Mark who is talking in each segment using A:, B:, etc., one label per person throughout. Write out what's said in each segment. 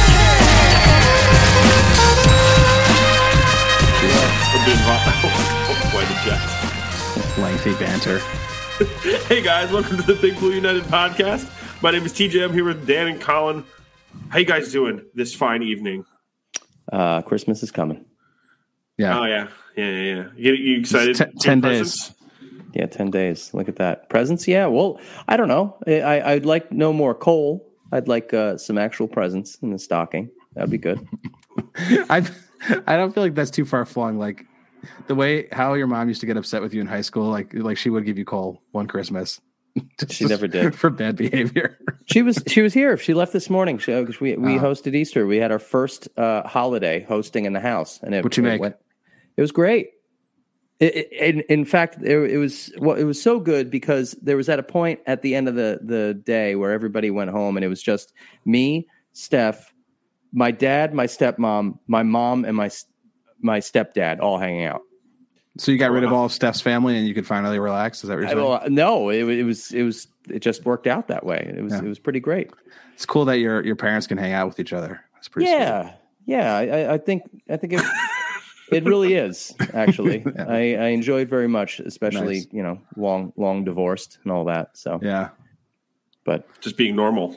A: lengthy banter.
B: hey guys, welcome to the Big Blue United podcast. My name is TJ. I'm here with Dan and Colin. How you guys doing this fine evening?
C: Uh, Christmas is coming.
A: Yeah.
B: Oh yeah, yeah, yeah. yeah. You, you excited?
A: It's te-
B: for
A: 10 days.
B: presents?
C: Yeah, ten days. Look at that presents. Yeah, well, I don't know. I, I I'd like no more coal. I'd like uh, some actual presents in the stocking. That'd be good.
A: I I don't feel like that's too far flung. Like the way how your mom used to get upset with you in high school, like like she would give you coal one Christmas. Just-
C: She never did.
A: for bad behavior.
C: She was she was here. She left this morning. She, uh, we we
A: Oh.
C: hosted Easter. We had our first uh, holiday hosting in the house, and it
A: What'd you
C: it
A: make?
C: it was great. It, it, in, in fact, it, it was well, it was so good because there was at a point at the end of the the day where everybody went home, and it was just me, Steph, my dad, my stepmom, my mom, and my s- my stepdad all hanging out.
A: So you got rid of all of Steph's family and you could finally relax. Is that what you're
C: I,
A: saying?
C: well, no, it, wa- it was it was it just worked out that way. It was
A: Yeah.
C: it was pretty great.
A: it's cool that your your parents can hang out with each other. That's pretty. sweet.
C: yeah yeah I, I- I think i think it, it really is actually
A: Yeah.
C: I, I enjoyed very much especially
A: Nice.
C: you know long long divorced and all that so
A: Yeah.
C: but
B: Just being normal.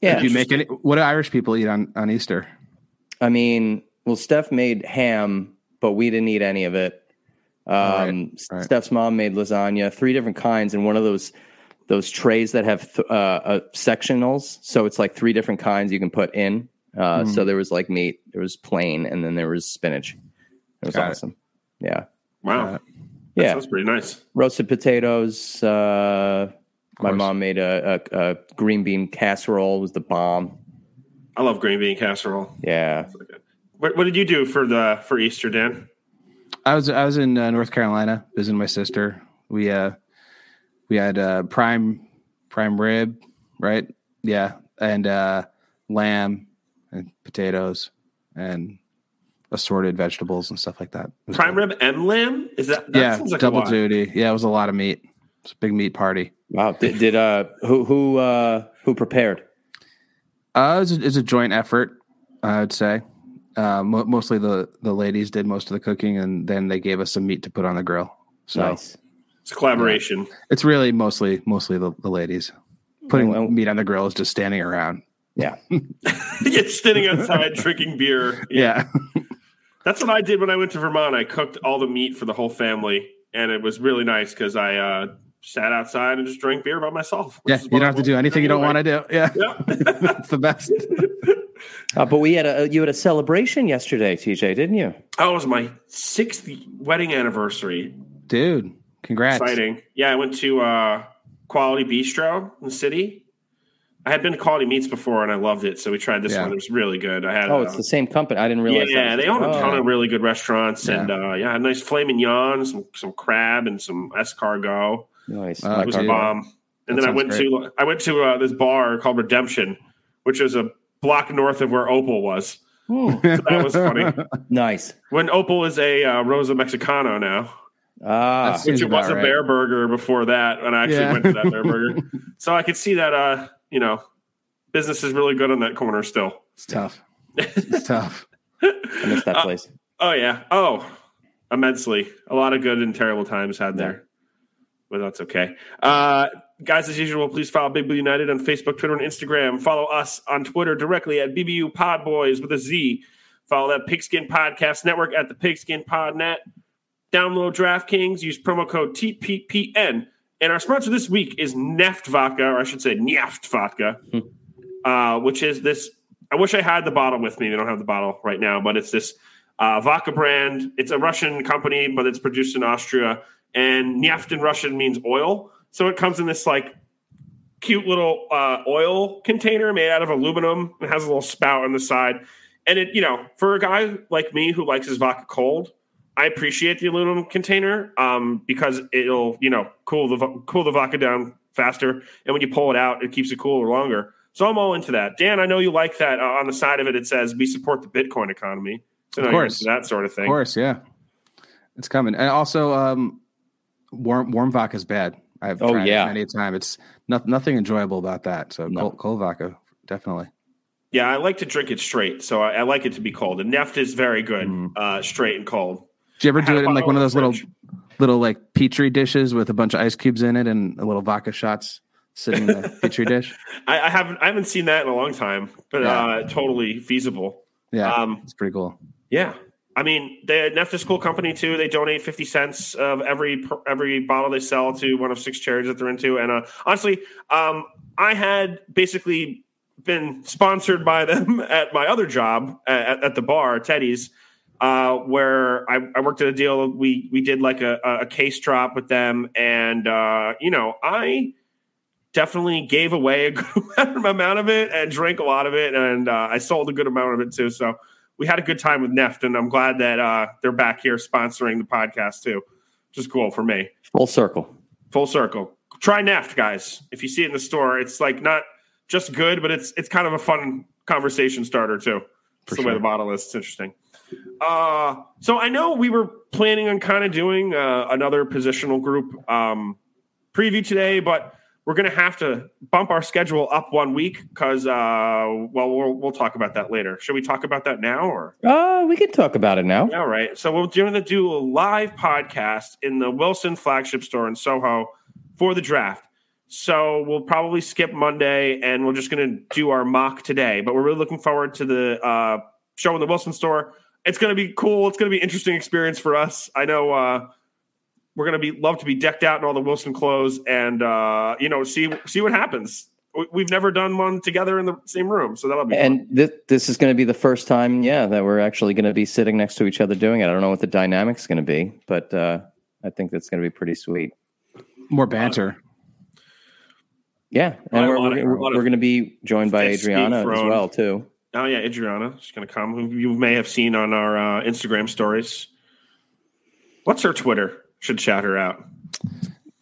C: yeah
A: Did you make any? What do Irish people eat on on Easter?
C: i mean well steph made ham but we didn't eat any of it um
A: Right, right.
C: steph's mom made lasagna three different kinds and one of those those trays that have th- uh, uh sectionals so it's like three different kinds you can put in uh
A: Hmm.
C: so there was like meat there was plain and then there was spinach it was
A: Got it.
C: awesome yeah
B: Wow,
A: Uh,
B: That
C: yeah
B: sounds pretty nice.
C: roasted potatoes. Uh, my
A: course.
C: mom made a, a, a green bean casserole. Was the bomb?
B: I love green bean casserole.
C: Yeah,
B: What, what did you do for the for Easter, Dan?
A: I was I was in uh, North Carolina visiting my sister. We uh we had uh prime prime rib, right? Yeah, and uh lamb and potatoes and assorted vegetables and stuff like that. It was
B: Prime
A: good.
B: rib and lamb? Is that, that
A: yeah,
B: sounds like a
A: double
B: lot.
A: duty. Yeah, it was a lot of meat. It's a big meat party.
C: wow. Did, did uh who who uh who prepared?
A: Uh, it was a, it was a joint effort, I would say. Uh, mo- mostly the the ladies did most of the cooking, and then they gave us some meat to put on the grill. So
C: Nice.
B: It's a collaboration.
A: It's really mostly mostly the, the ladies. Putting
C: Well-
A: meat on the grill is just standing around.
C: Yeah.
B: You're standing outside drinking beer.
A: Yeah.
B: That's what I did when I went to Vermont. I cooked all the meat for the whole family, and it was really nice because I uh, sat outside and just drank beer by myself. which
A: Yeah.
B: is
A: You
B: what
A: don't have to do anything you don't want to do. Yeah.
B: Yeah.
A: That's the best.
C: Uh, but we had a you had a celebration yesterday, TJ, didn't you?
B: that was my sixth wedding anniversary.
A: Dude, congrats.
B: Exciting. Yeah, I went to uh, Quality Bistro in the city. I had been to Quality Meats before, and I loved it. So we tried this
A: Yeah.
B: one. It was really good. I had
C: Oh,
B: uh,
C: it's the same company. I didn't realize.
B: Yeah,
C: that was-
B: they own a ton
C: oh.
B: of really good restaurants,
A: Yeah.
B: and uh, yeah, a nice filet mignon, some some crab, and some escargot.
C: Nice.
A: Oh,
C: My
B: It was
A: Okay.
C: car-
B: bomb. Um, And
A: That
B: then I
A: sounds
B: went to I went to uh, this bar called Redemption, which is a block north of where Opal was.
C: Hmm.
B: So that was funny.
C: nice.
B: When Opal is a uh, Rosa Mexicano now,
C: Ah,
A: That's-
B: which
A: Seems
B: it was
A: about
B: a
A: right.
B: Bear Burger before that, and I actually
A: Yeah.
B: went to that Bear Burger, so I could see that uh, you know business is really good on that corner still.
A: It's tough. It's tough.
C: I missed that
B: Uh,
C: place.
B: Oh yeah. Oh, immensely. A lot of good and terrible times had there, but that's okay. Uh, guys, as usual, please follow Big Blue United on Facebook, Twitter, and Instagram. Follow us on Twitter directly at BBU Podboys with a Z. Follow that Pigskin Podcast Network at the Pigskin Podnet. Download DraftKings. Use promo code TPPN. And our sponsor this week is Neft Vodka, or I should say Neft Vodka, uh, which is this. I wish I had the bottle with me. We don't have the bottle right now, but it's this uh, vodka brand. It's a Russian company, but it's produced in Austria. And neft in Russian means oil. So it comes in this like cute little uh, oil container made out of aluminum. It has a little spout on the side. And it, you know, for a guy like me who likes his vodka cold, I appreciate the aluminum container um, because it'll, you know, cool the vo- cool the vodka down faster. And when you pull it out, it keeps it cooler longer. So I'm all into that. Dan, I know you like that. Uh, on the side of it, it says we support the Bitcoin economy. So
A: Of
B: now you're
A: course.
B: into that sort of thing.
A: Of course. Yeah. It's coming. And also, um, warm warm vodka is bad. I've
C: Oh,
A: tried
C: yeah.
A: it many a time. It's not, nothing enjoyable about that. So
C: No.
A: cold, cold vodka, definitely.
B: Yeah, I like to drink it straight, so I, I like it to be cold. And Neft is very good,
A: Mm.
B: uh, straight and cold.
A: Did you ever
B: I had
A: do
B: a
A: it in like
B: bottle
A: one of
B: in
A: those
B: the
A: little
B: fridge.
A: little like petri dishes with a bunch of ice cubes in it and a little vodka shots sitting in the petri dish.
B: I, I haven't I haven't seen that in a long time, but
A: Yeah.
B: uh, totally feasible.
A: Yeah,
B: Um,
A: it's pretty cool.
B: Yeah. I mean, the Nefta School Company too. They donate fifty cents of every per- every bottle they sell to one of six charities that they're into. And uh, honestly, um, I had basically been sponsored by them at my other job at, at the bar, Teddy's, uh, where I, I worked at a deal. We we did like a, a case drop with them, and uh, you know, I definitely gave away a good amount of it and drank a lot of it, and uh, I sold a good amount of it too. So we had a good time with Neft, and I'm glad that uh, they're back here sponsoring the podcast too, which is cool for me.
C: Full circle.
B: Full circle. Try Neft, guys. If you see it in the store, it's like not just good, but it's it's kind of a fun conversation starter too. That's the way
A: sure.
B: the bottle is. It's interesting. Uh, so I know we were planning on kind of doing uh, another positional group um, preview today, but we're going to have to bump our schedule up one week because, uh, well, well, we'll talk about that later. Should we talk about that now or?
C: Uh, we can talk about it now.
B: All right. So we're going to do a live podcast in the Wilson flagship store in Soho for the draft. So we'll probably skip Monday and we're just going to do our mock today. But we're really looking forward to the uh, show in the Wilson store. It's going to be cool. It's going to be an interesting experience for us. I know uh, we're going to be love to be decked out in all the Wilson clothes and uh, you know see see what happens. We- We've never done one together in the same room, so that'll be fun.
C: And th- this is going to be the first time, yeah, that we're actually going to be sitting next to each other doing it. I don't know what the dynamic's going to be, but uh, I think that's going to be pretty sweet.
B: uh,
A: More banter.
C: Yeah, and
B: Right, a
C: we're,
B: lot of-
C: we're,
B: a lot of
C: we're going to be joined by
B: fists being
C: Adriana as
B: thrown.
C: well too.
B: Oh yeah, Adriana. She's gonna come. Who you may have seen on our uh, Instagram stories. What's her Twitter? Should shout her out.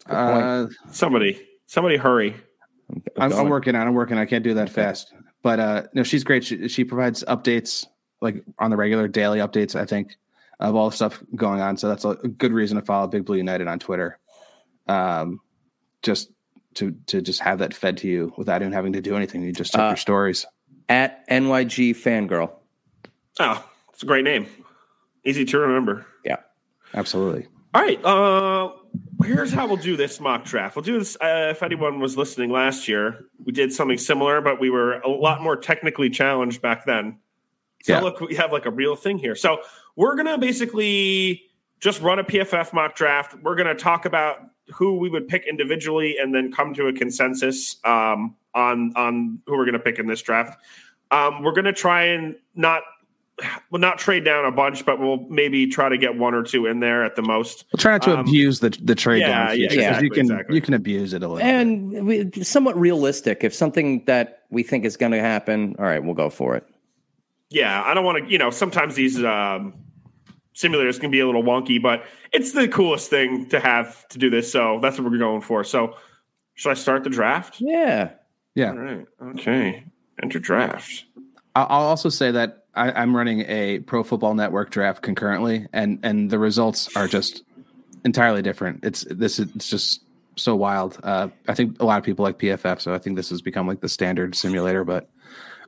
A: Uh,
B: Somebody, somebody, hurry.
A: I'm, I'm
C: Going.
A: working on. it. I'm working. on it. I can't do that fast. But uh, no, she's great. She, she provides updates like on the regular daily updates. I think of all the stuff going on. So that's a good reason to follow Big Blue United on Twitter. Um, just to to just have that fed to you without even having to do anything. You just check
C: Uh,
A: your stories.
C: at NYG fangirl.
B: Oh, it's a great name. Easy to remember.
C: Yeah,
A: Absolutely.
B: All right. Uh, here's how we'll do this mock draft. We'll do this. Uh, if anyone was listening last year, we did something similar, but we were a lot more technically challenged back then. So
A: Yeah.
B: look, we have like a real thing here. So we're gonna basically just run a PFF mock draft. We're gonna talk about who we would pick individually, and then come to a consensus um, on on who we're gonna pick in this draft. Um, we're gonna try and not we'll not trade down a bunch, but we'll maybe try to get one or two in there at the most.
A: Well, try not to
B: Um,
A: abuse the the trade
B: yeah,
A: down
B: yeah,
A: feature, 'cause
C: exactly,
A: you can
B: exactly.
A: you can abuse it a little. bit.
C: and we, somewhat realistic. If something that we think is going to happen, all right, we'll go for it.
B: yeah, I don't want to, you know, sometimes these um, simulators can be a little wonky, but it's the coolest thing to have to do this. So that's what we're going for. So should I start the draft?
C: Yeah,
B: All right. Okay. Enter draft.
A: I- I'll also say that I, I'm running a Pro Football Network draft concurrently, and and the results are just entirely different. It's this is it's just so wild. Uh, I think a lot of people like PFF, so I think this has become like the standard simulator. But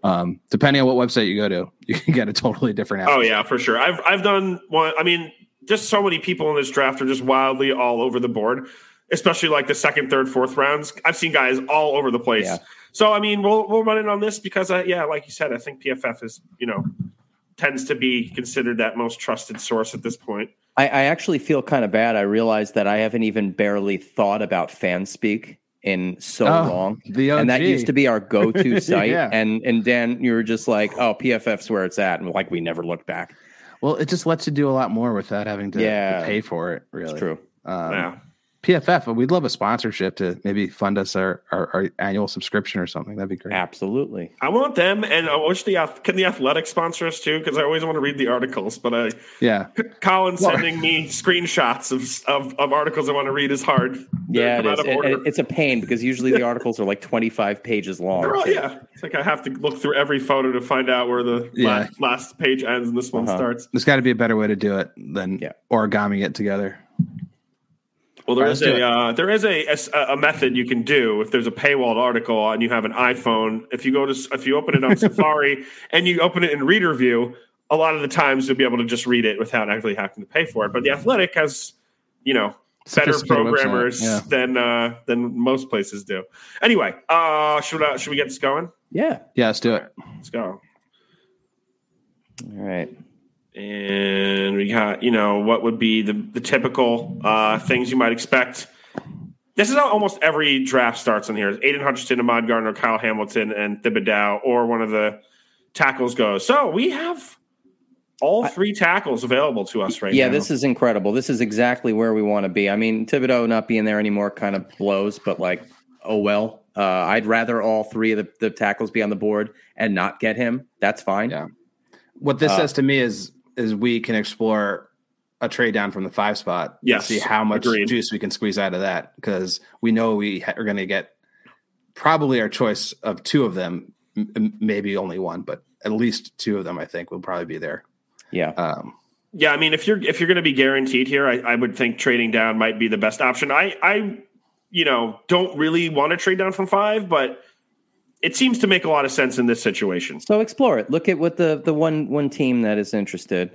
A: um, depending on what website you go to, you can get a totally different.
B: Oh
A: Outcome.
B: yeah, for sure. I've I've done one. I mean, just so many people in this draft are just wildly all over the board, especially like the second, third, fourth rounds. I've seen guys all over the place.
C: Yeah.
B: So I mean, we'll we'll run it on this because I, yeah, like you said, I think PFF is you know tends to be considered that most trusted source at this point.
C: I, I actually feel kind of bad. I realize that I haven't even barely thought about fan speak in so
A: Oh,
C: long.
A: the
C: and that
A: OG.
C: used to be our go-to site.
A: Yeah.
C: And and Dan, you were just like, oh, PFF's where it's at, and like we never looked back.
A: Well, it just lets you do a lot more without having to, to
C: Yeah.
A: pay for it. Really,
C: It's true.
A: Um,
B: yeah.
A: PFF, we'd love a sponsorship to maybe fund us our, our, our annual subscription or something. That'd be great.
C: Absolutely.
B: I want them, and I wish the ath- can the athletic sponsor us too because I always want to read the articles, but I.
A: Yeah.
B: Colin sending me screenshots of, of, of articles I want to read is hard.
C: Yeah, it
B: They're out
C: is.
B: of
C: And-
B: order.
C: and it's a pain because usually the articles are like 25 pages long.
B: They're all- yeah, it's like I have to look through every photo to find out where the
A: Yeah.
B: last, last page ends and this one
C: Uh-huh.
B: starts.
A: There's got to be a better way to do it than
C: Yeah.
A: origami it together.
B: Well, there
A: All right,
B: is
A: let's do
B: a
A: it.
B: uh, there is a, a s- a method you can do if there's a paywalled article and you have an iPhone. If you go to s- if you open it on Safari and you open it in Reader View, a lot of the times you'll be able to just read it without actually having to pay for it. But the Athletic has you know better
A: Sophisticated website,
B: programmers
A: yeah.
B: than uh, than most places do. Anyway, uh, should uh, should we get this going?
C: Yeah.
A: Yeah, let's do it.
B: Let's go.
C: All right.
B: and we got you know what would be the the typical uh, things you might expect. This is how almost every draft starts on here. It's Aiden Hutchinson, Ahmad Gardner, Kyle Hamilton, and Thibodeau, or one of the tackles goes. So we have all three tackles available to us right
C: Yeah,
B: now.
C: this is incredible. This is exactly where we want to be. I mean, Thibodeau not being there anymore kind of blows, but like, oh well. Uh, I'd rather all three of the, the tackles be on the board and not get him. That's fine.
A: Yeah. What this
C: Uh,
A: says to me is is we can explore a trade down from the five spot. and
B: Yes,
A: see how much
B: agreed.
A: juice we can squeeze out of that because we know we ha- are going to get probably our choice of two of them, m- m- maybe only one, but at least two of them. I think will probably be there.
C: Yeah.
A: Um,
B: Yeah, I mean, if you're if you're going to be guaranteed here, I, I would think trading down might be the best option. I I you know don't really want to trade down from five, but it seems to make a lot of sense in this situation.
C: So explore it. Look at what the the one one team that is interested.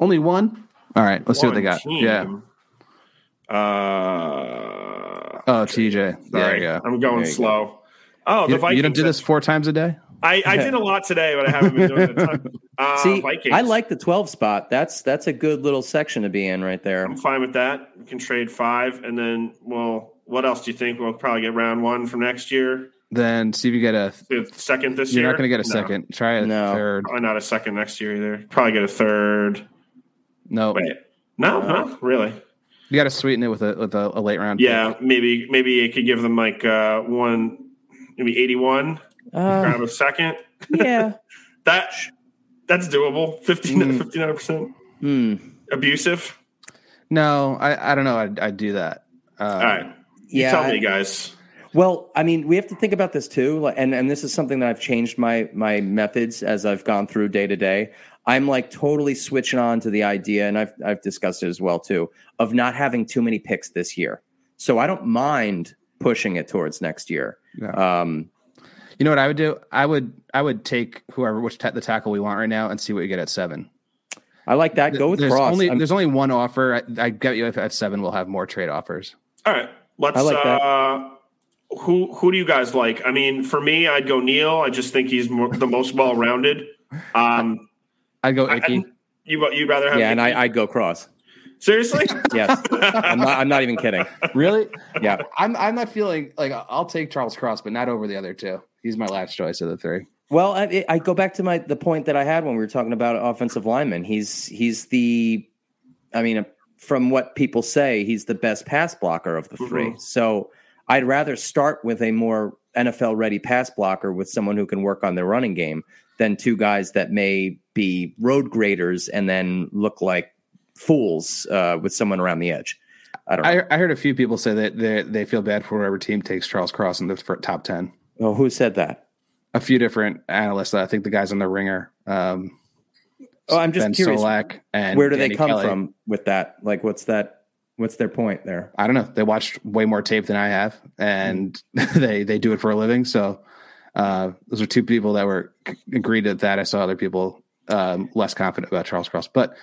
A: only one. All right, let's see what they got.
B: One
A: Yeah.
B: team. Uh,
A: Oh, TJ. There
B: sorry.
A: you go.
B: I'm going
C: There you
B: slow. Oh, the
A: You,
B: Vikings.
A: you don't do this four times a day.
B: I, I did a lot today, but I haven't been doing it. a ton. Uh,
C: See,
B: Vikings.
C: I like the twelve spot. That's that's a good little section to be in right there.
B: I'm fine with that. We can trade five, and then well, what else do you think? We'll probably get round one from next year.
A: Then see if you get a.
B: to Second this
A: You're
B: year.
A: not going to get a
B: No.
A: second. Try a
C: No.
A: third.
B: Probably not a second next year either. Probably get a third.
A: No,
B: Wait, no, no, really.
A: you got to sweeten it with a with a, a late round.
B: Yeah, maybe maybe it could give them like uh, one, maybe eighty-one,
C: Uh,
B: grab a second.
C: yeah.
B: That that's doable. 59 percent
C: Hmm.
B: abusive.
A: No, I, I don't know. I'd, I'd do that. Uh,
B: All right, you
C: Yeah.
B: tell
C: I-
B: me, guys.
C: Well, I mean, we have to think about this too, like- and and this is something that I've changed my my methods as I've gone through day to day. I'm like totally switching on to the idea, and I've I've discussed it as well too, of not having too many picks this year. So I don't mind pushing it towards next year.
A: Yeah.
C: Um,
A: You know what I would do? I would I would take whoever which ta- the tackle we want right now and see what we get at seven.
C: I like that. Go with
A: there's
C: Cross.
A: Only,
C: I'm-
A: there's only one offer. I, I get you if at seven we'll have more trade offers.
B: All right, let's.
C: I like that.
B: uh, who who do you guys like? I mean, for me, I'd go Neil. I just think he's more, the most well-rounded. Um,
A: I'd go
B: I-
A: Icky.
B: you you'd rather have
C: yeah, and I I go Cross.
B: seriously?
C: Yes, I'm not. I'm not even kidding.
A: really?
C: Yeah,
A: I'm I'm not feeling like I'll take Charles Cross, but not over the other two. He's my last choice of the three.
C: Well, I, I go back to my the point that I had when we were talking about offensive linemen. He's he's the, I mean, from what people say, he's the best pass blocker of the 3
B: Mhm.
C: So I'd rather start with a more NFL ready pass blocker with someone who can work on their running game than two guys that may be road graders and then look like fools uh, with someone around the edge. I don't know.
A: I, I heard a few people say that they they feel bad for whatever team takes Charles Cross in the fir- top ten.
C: oh, who said that?
A: A few different analysts. I think the guys on the Ringer. Um,
C: Oh, I'm just
A: ben
C: curious.
A: Solak and
C: Where do they
A: Danny
C: come
A: Kelly.
C: from with that? Like, what's that? What's their point there?
A: I don't know. They watched way more tape than I have, and they they do it for a living. So uh, those are two people that were agreed at that. I saw other people um, less confident about Charles Cross, but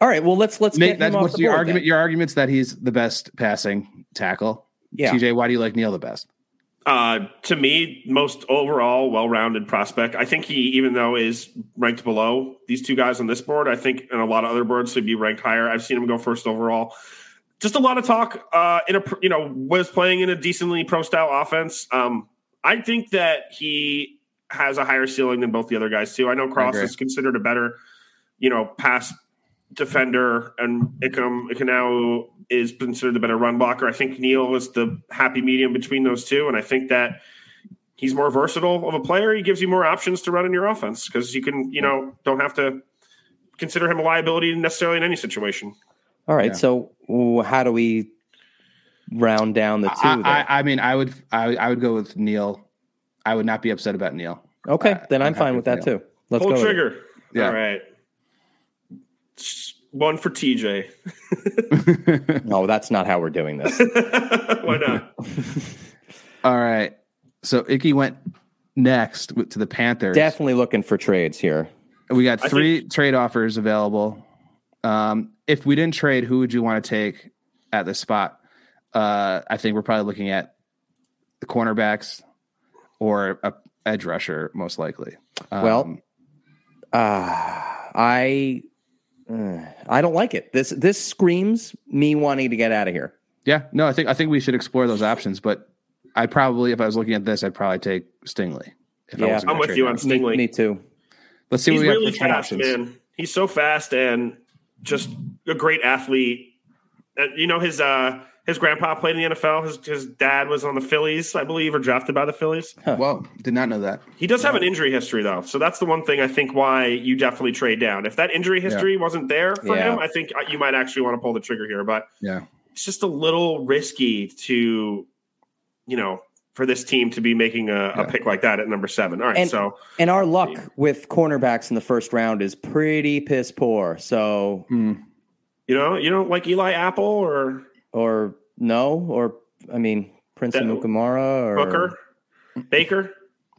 C: All right. Well, let's let's
A: Nate,
C: get
A: that's
C: him off
A: what's
C: the
A: your
C: board
A: argument.
C: then.
A: Your argument's that he's the best passing tackle.
C: Yeah.
A: TJ, why do you like Neil the best?
B: Uh, to me, most overall well-rounded prospect. I think he, even though is ranked below these two guys on this board, I think and a lot of other boards would be ranked higher. I've seen him go first overall. Just a lot of talk. Uh, in a pr- you know was playing in a decently pro-style offense. Um, I think that he has a higher ceiling than both the other guys too. I know Cross
A: agree.
B: is considered a better, you know, pass defender, and Ikem Ikenau is considered the better run blocker. I think Neal is the happy medium between those two, and I think that he's more versatile of a player. He gives you more options to run in your offense because you can, you know, don't have to consider him a liability necessarily in any situation.
C: All
A: Yeah.
C: right. So w- how do we round down the two?
A: I,
C: there?
A: I, I mean, I would I, I would go with Neil. I would not be upset about Neil.
C: okay.
A: I-
C: then I'm,
A: I'm happy
C: fine with
A: with
C: that too. Let's
B: Pull
C: go. with it.
B: trigger.
A: Yeah.
B: All right. S- One for TJ.
C: No, that's not how we're doing this.
B: Why not?
A: All right. So Icky went next with- to the Panthers.
C: Definitely looking for trades here.
A: We got
B: I
A: three trade offers available. Um, if we didn't trade, who would you want to take at this spot. Uh, I think we're probably looking at the cornerbacks or a edge rusher, most likely. Um,
C: Well- Uh, I uh, I don't like it. This this screams me wanting to get out of here.
A: yeah, no, I think I think we should explore those options. But I probably, if I was looking at this, I'd probably take Stingley. If
C: Yeah.
A: I wasn't
B: I'm
A: gonna
B: with
A: trade
B: you
A: him.
B: on
C: Me,
B: Stingley.
C: me too.
A: Let's see
B: He's
A: what we
B: really
A: have for trade
B: fast,
A: options.
B: man. He's so fast and just a great athlete. And you know his uh, his grandpa played in the NFL. His his dad was on the Phillies, I believe, or drafted by the Phillies.
A: Whoa, did not know that.
B: He does have an injury history though, so that's the one thing I think why you definitely trade down. If that injury history wasn't there for
C: Yeah.
B: him, I think uh, you might actually want to pull the trigger here. But
A: Yeah.
B: it's just a little risky to, you know, for this team to be making a,
A: Yeah.
B: a pick like that at number seven. All right,
C: And-
B: so
C: And our luck with cornerbacks in the first round is pretty piss poor. So
A: Mm.
B: you know you don't like Eli Apple or
C: or no or I mean Prince
B: That-
C: Amukamara or
B: Booker, Baker,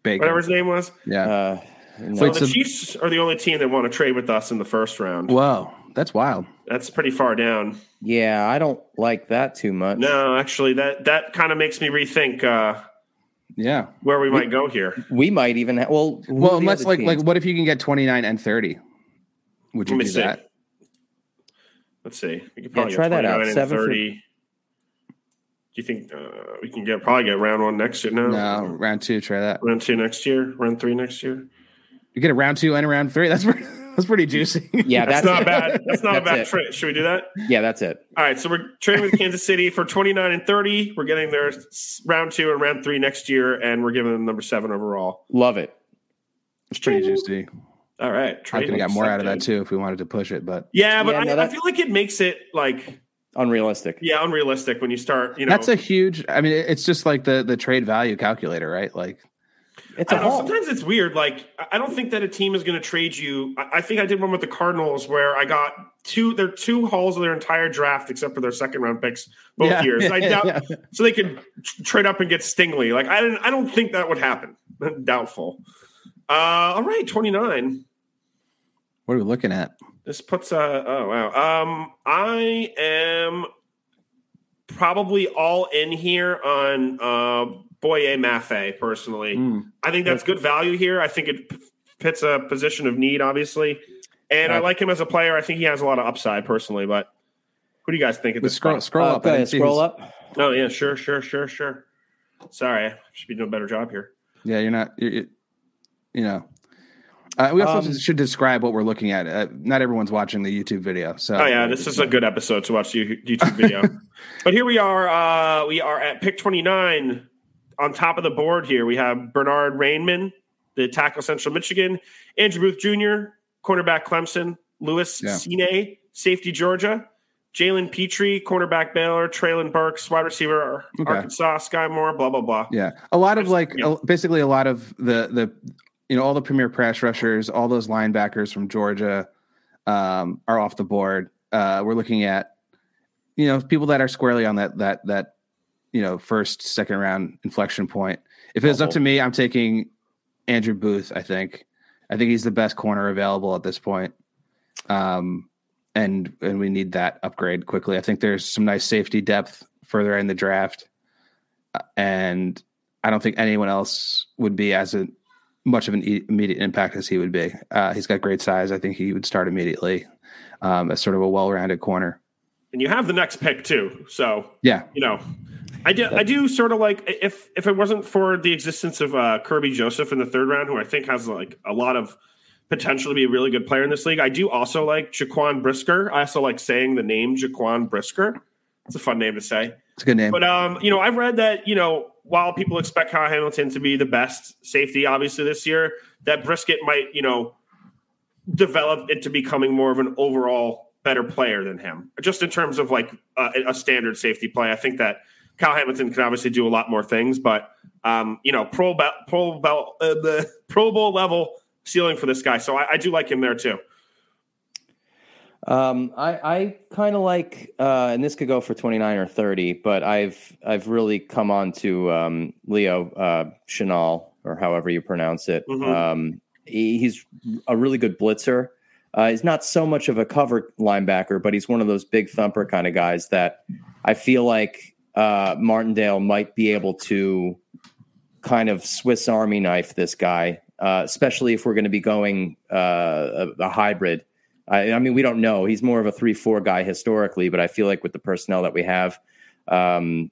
A: Baker.
B: whatever his name was.
A: yeah.
C: Uh, no.
B: So
A: Wait,
B: the
A: so-
B: Chiefs are the only team that want to trade with us in the first round.
A: Whoa, that's wild.
B: That's pretty far down.
C: yeah, I don't like that too much.
B: No, actually, that that kind of makes me rethink uh,
A: Yeah.
B: where we might go here.
C: We might even have, well, who are
A: Well,
C: the
A: unless
C: other
A: like
C: teams?
A: like what if you can get twenty nine and thirty? Would you
B: Let me
A: do
B: see.
A: that?
B: Let's see. We could probably
C: try
B: get
C: that out.
B: 29 and
C: Seven for-
B: 30. Do you think uh, we can get probably get round one next year? No,
A: No, round two. Try that.
B: round two next year, round three next year.
A: You get a round two and a round three. That's pretty, that's pretty juicy.
C: yeah,
B: That's,
C: that's,
B: not
C: it.
B: bad. That's not a
C: That's
B: bad
C: it.
B: trade. Should we do that?
C: Yeah, that's it.
B: All right, so we're trading with Kansas City for 29 and 30. We're getting their s- round two and round three next year, and we're giving them number seven overall.
C: Love it.
A: it's pretty juicy.
B: All right,
A: I could
B: trade
A: have got more out of that
B: accepted.
A: too if we wanted to push it, but
B: Yeah, but
C: Yeah,
B: I,
C: no,
B: I
C: that-
B: feel like it makes it like
C: Unrealistic.
B: yeah unrealistic when you start. You know,
A: that's a huge. I mean, it's just like the the trade value calculator, right? Like,
C: It's
B: I
C: a
B: don't know,
C: haul.
B: sometimes it's weird. Like I I don't think that a team is going to trade you. I, I think I did one with the Cardinals where I got two. Their two hauls of their entire draft, except for their second round picks, both
A: yeah,
B: years. I doubt
A: yeah.
B: so they could tr- trade up and get Stingley. Like I didn't. I don't think that would happen. Doubtful. Uh, all right, twenty nine.
A: What are we looking at?
B: This puts uh oh wow. Um I am probably all in here on uh Boye Mafe personally.
A: Mm.
B: I think that's good value here. I think it p- pits a position of need, obviously. And I
C: Right.
B: like him as a player. I think he has a lot of upside personally, but who do you guys think at
A: Let's
B: this
A: scroll
B: spot?
A: scroll
C: Uh,
A: up.
C: go
A: I
C: ahead,
A: didn't see
C: scroll
A: who's-
C: up.
B: Oh yeah, sure, sure, sure, sure. Sorry, I should be doing a better job here.
A: Yeah, you're not. You're, you- you know, uh, we also
C: Um,
A: should describe what we're looking at. Uh, not everyone's watching the YouTube video, so
B: Oh yeah, this is a good episode to watch the YouTube video. but here we are. Uh, we are at pick twenty nine on top of the board. Here we have Bernard Rainman, the tackle Central Michigan, Andrew Booth Jr., cornerback Clemson, Lewis
A: Yeah.
B: Cine, safety Georgia, Jalen Petrie, cornerback Baylor, Traylon Burks, wide receiver
A: Okay.
B: Arkansas, Sky Moore, blah blah blah.
A: Yeah, a lot of like
B: Yeah.
A: a- basically a lot of the the you know all the premier pass rushers, all those linebackers from Georgia um, are off the board. Uh, we're looking at you know people that are squarely on that that that you know first second round inflection point. If it's up to me, I'm taking Andrew Booth. I think I think he's the best corner available at this point. Um, and and we need that upgrade quickly. I think there's some nice safety depth further in the draft Uh, and I don't think anyone else would be as a, much of an e- immediate impact as he would be. Uh, he's got great size. I think he would start immediately um, as sort of a well-rounded corner.
B: And you have the next pick too. So
A: Yeah,
B: you know, I do. I do sort of like if if it wasn't for the existence of uh, Kirby Joseph in the third round, who I think has like a lot of potential to be a really good player in this league. I do also like Jaquan Brisker. I also like saying the name Jaquan Brisker. It's a fun name to say.
A: it's a good name.
B: But um, you know, I've read that you know while people expect Kyle Hamilton to be the best safety, obviously this year, that Brisket might you know develop into becoming more of an overall better player than him, just in terms of like uh, a standard safety play. I think that Kyle Hamilton can obviously do a lot more things, but um, you know, pro Bowl- pro Bowl- uh, the Pro Bowl level ceiling for this guy. So I, I do like him there too.
C: Um, I, I kind of like, uh, and this could go for 29 or 30, but I've, I've really come on to, um, Leo, uh, Chanel or however you pronounce it.
B: Mhm.
C: Um, he, he's a really good blitzer. Uh, he's not so much of a cover linebacker, but he's one of those big thumper kind of guys that I feel like uh, Martindale might be able to kind of Swiss Army knife this guy, uh, especially if we're going to be going uh, a, a hybrid. I, I mean, we don't know. He's more of a three-four guy historically, but I feel like with the personnel that we have, um,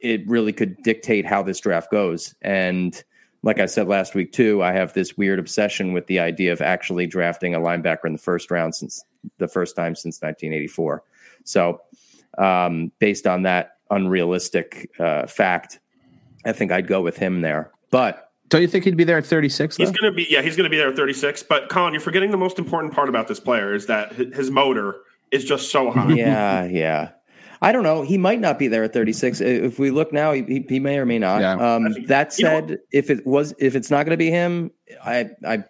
C: it really could dictate how this draft goes. And like I said last week too, I have this weird obsession with the idea of actually drafting a linebacker in the first round since the first time since 1984. So, um, based on that unrealistic uh, fact, I think I'd go with him there. But
A: Don't you think he'd be there at 36?
B: He's
A: though?
B: going to be yeah, he's going to be there at 36. But Colin, you're forgetting the most important part about this player is that hi- his motor is just so high.
C: yeah, yeah. I don't know. He might not be there at 36. I- If we look now, he- he, he may or may not.
A: Yeah.
C: Um,
B: think-
C: that
B: you know
C: said, if it was, if it's not going to be him, I, I,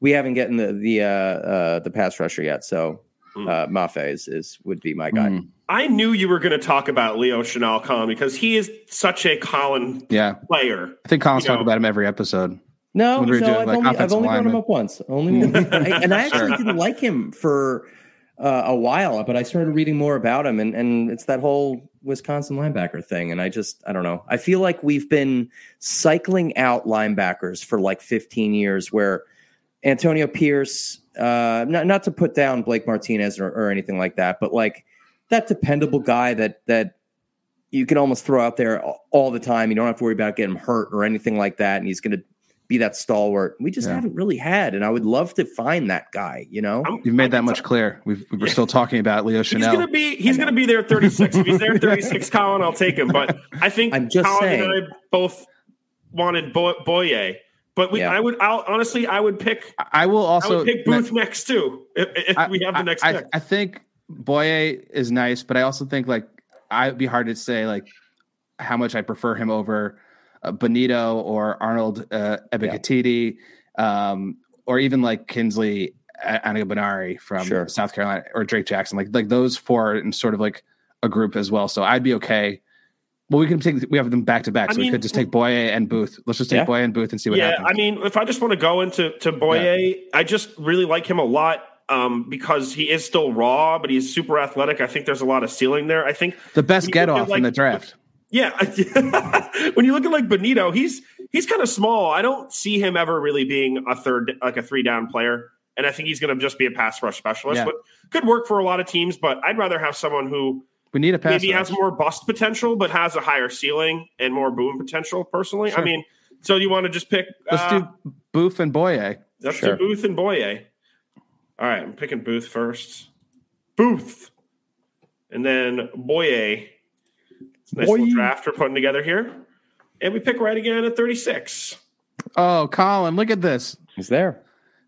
C: we haven't gotten the the uh, uh, the pass rusher yet. So
B: Hmm.
C: uh, Mafe is, is would be my guy.
A: Mm,
B: I knew you were going to talk about Leo Chanel, Colin, because he is such a Colin
A: yeah.
B: player.
A: I think Colin's
B: You know-
A: talking about him every episode.
C: No,
A: What are we
C: no,
A: doing,
C: I've
A: like
C: only, I've
A: offensive
C: only brought him
A: lineman?
C: up once. Only, once. I- and I actually
B: Sure.
C: didn't like him for uh, a while, but I started reading more about him, and and it's that whole Wisconsin linebacker thing. And I just, I don't know. I feel like we've been cycling out linebackers for like 15 years, where Antonio Pierce, uh, not not to put down Blake Martinez or, or anything like that, but like that dependable guy that that you can almost throw out there all- all the time. You don't have to worry about getting hurt or anything like that, and he's going to be that stalwart. We just
A: Yeah.
C: haven't really had, and I would love to find that guy. You know,
B: I'm-
A: You've made that much clear. We've, we're still talking about Leo
B: He's
A: Chanel.
B: gonna be he's gonna be there at 36. if he's there at 36, Colin, I'll take him. But I think
C: I'm just
B: Colin
C: saying.
B: and I both wanted Boy- Boye, but we
C: Yeah.
B: I would I'll, honestly I would pick
A: I- I will
B: I
A: also
B: would pick Booth next too if, if we have the next
A: I,
B: pick.
A: I think Boye is nice, but I also think like I'd be hard to say like how much I prefer him over uh, Benito or Arnold uh, Ebikatidi, um, or even like Kinsley Anabanari from
C: Sure.
A: South Carolina or Drake Jackson. Like like those four are in sort of like a group as well. So I'd be okay. Well, we can take we have them back to back,
B: I
A: so we
B: mean-
A: could just take Boye and Booth. Let's just take
C: Yeah.
A: Boye and Booth and see what
B: yeah,
A: happens.
B: I mean, if I just want to go into to Boye, I just really like him a lot um, because he is still raw, but he's super athletic. I think there's a lot of ceiling there. I think
A: the best
B: we
A: get
B: look at,
A: off
B: like,
A: in the draft.
B: Yeah, when you look at like Benito, he's he's kind of small. I don't see him ever really being a third, like a three down player, and I think he's going to just be a pass rush specialist.
A: Yeah.
B: But could work for a lot of teams. But I'd rather have someone who
A: We need a pass.
B: maybe
A: rush.
B: has more bust potential, but has a higher ceiling and more boom potential. Personally, I
A: Sure.
B: mean, so you want to just pick?
A: Let's
B: uh,
A: do Booth and Boye.
B: That's
C: Sure.
B: to Booth and Boye. All right, I'm picking Booth first. Booth. And then Boye. It's a nice
C: Boye.
B: little draft we're putting together here. And we pick right again at 36.
A: Oh, Colin, look at this.
C: he's there.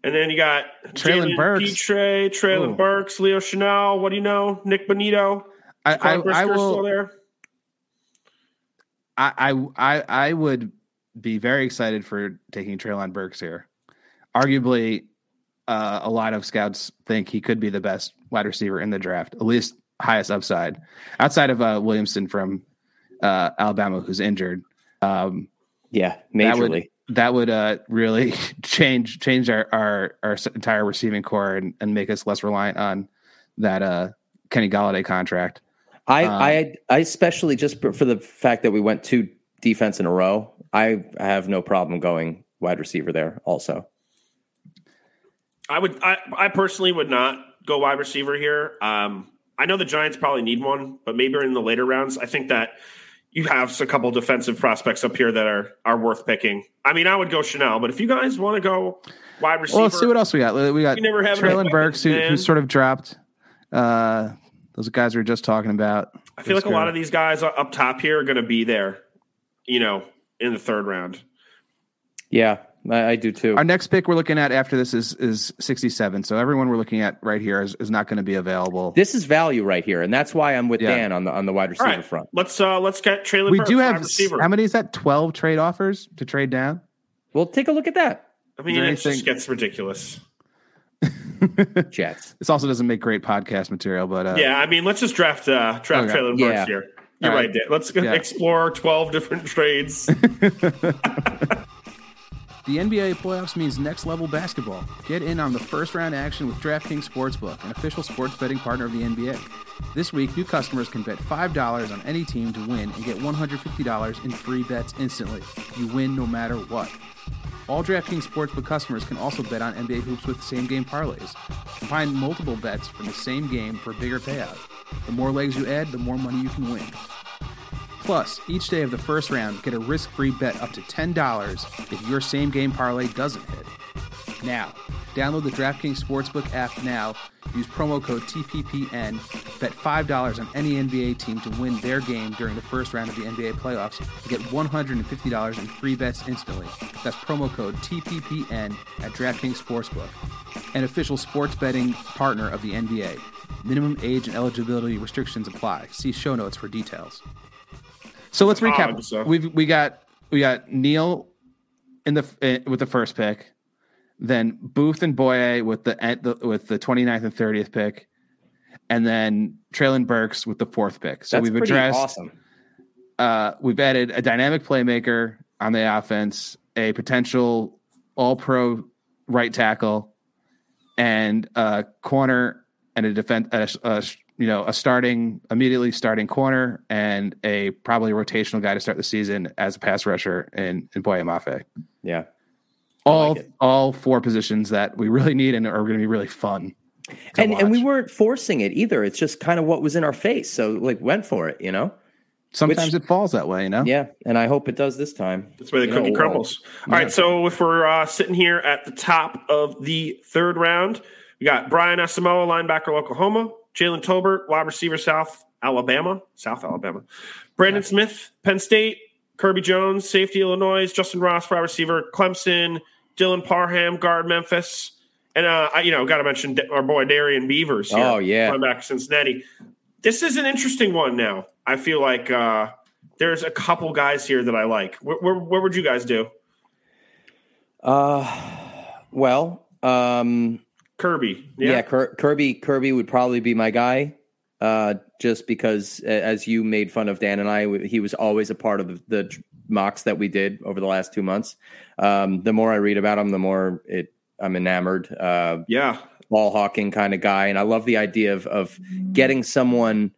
B: And then you got
A: Traylon
B: Jalen
A: Burks.
B: Petre, Traylon
A: Ooh.
B: Burks, Leo Chanel. What do you know? Nick Bonito.
A: I I,
B: Carl
A: I
B: Brisker's still
A: will
B: there.
A: I, I I I would be very excited for taking Traylon Burks here. Arguably, uh, a lot of scouts think he could be the best wide receiver in the draft, at least highest upside, outside of uh, Williamson from uh, Alabama, who's injured. Um,
C: Yeah,
A: That would-
C: majorly.
A: that would uh, really change change our our, our s- entire receiving core and, and make us less reliant on that uh, Kenny Galladay contract.
C: I,
A: um,
C: I, I especially just for for the fact that we went two defense in a row. I have no problem going wide receiver there. Also,
B: I would I, I personally would not go wide receiver here. Um I know the Giants probably need one, but maybe in the later rounds. I think that you have a couple defensive prospects up here that are are worth picking. I mean, I would go Chanel, but if you guys want to go wide receiver,
A: Well, let's see what else we got. We got
B: you never have enough
A: Traylon
B: weapons,
A: Burks, who,
B: man.
A: who sort of dropped. Uh, those guys we were just talking about.
B: I feel like a lot of these guys up top here are going to be there, you know, in the third round.
C: yeah, I, I do too.
A: Our next pick we're looking at after this is is sixty seven. So everyone we're looking at right here is, is not going to be available.
C: This is value right here, and that's why I'm with
A: Yeah.
C: Dan on the on the wide
B: All
C: receiver
B: right,
C: front.
B: let's uh let's get Traylon.
A: we
B: Burks,
A: do
B: wide
A: have s-
B: receiver.
A: how many is that? Twelve trade offers to trade down.
C: Well, take a look at that,
B: I mean,
A: is
B: it
A: there
B: just
A: anything-
B: gets ridiculous.
C: Jets.
A: This also doesn't make great podcast material, but uh,
B: Yeah, I mean, let's just draft uh, draft
A: Okay.
B: Traylon Burks
C: Yeah.
B: here. You're
A: All
B: right,
A: right.
B: Dan. Let's
A: Yeah.
B: explore twelve different trades.
A: The NBA playoffs means next level basketball. Get in on the first round action with DraftKings Sportsbook, an official sports betting partner of the NBA. This week, new customers can bet $5 on any team to win and get $150 in free bets instantly. You win no matter what. All DraftKings Sportsbook customers can also bet on NBA hoops with same game parlays. Combine multiple bets from the same game for a bigger payout. The more legs you add, the more money you can win. Plus, each day of the first round, get a risk free bet up to $10 if your same game parlay doesn't hit. Now, download the DraftKings Sportsbook app now, use promo code TPPN, bet $5 on any NBA team to win their game during the first round of the NBA playoffs, and get $150 in free bets instantly. That's promo code TPPN at DraftKings Sportsbook, an official sports betting partner of the NBA. Minimum age and eligibility restrictions apply. See show notes for details. So let's recap.
B: odd, so-
A: We've we got we got Neil in the eh, with the first pick, then Booth and Boye with the, at the with the 29th and 30th pick, and then Traylon Burks with the fourth pick. So
C: That's
A: we've
C: pretty
A: addressed
C: awesome.
A: uh, we've added a dynamic playmaker on the offense, a potential all pro right tackle, and a corner and a defense, a, a, you know, a starting, immediately starting corner and a probably rotational guy to start the season as a pass rusher in, in Boye Mafe.
C: Yeah.
A: All,
C: it.
A: all four positions that we really need and are going to be really fun. to
C: And and we
A: watch.
C: weren't forcing it either. It's just kind of what was in our face. So like went for it, you know?
A: Sometimes it falls that way, you know?
C: Yeah. And I hope it does this time.
B: That's where the
C: You know,
B: cookie
C: it
B: crumbles. All right, so if we're uh, sitting here at the top of the third round, we got Brian Asamoah, linebacker, Oklahoma. Jalen Tolbert, wide receiver, South Alabama, South Alabama. Brandon Smith, Penn State. Kirby Jones, safety, Illinois. Justin Ross, wide receiver, Clemson. Dylan Parham, guard, Memphis. And uh, I, you know, got to mention Da- our boy Darian Beavers. Here,
C: Oh, yeah.
B: linebacker, Cincinnati. This is an interesting one. Now I feel like. Uh, there's a couple guys here that I like. Where, where, where would you guys do?
C: Uh well, um
B: Kirby.
C: yeah, Ker- Kirby Kirby would probably be my guy. Uh, just because, a- as you made fun of Dan and I, w- he was always a part of the, the tr- mocks that we did over the last two months. Um, the more I read about him, the more it I'm enamored. Uh,
B: Yeah.
C: ball hawking kind of guy, and I love the idea of of getting someone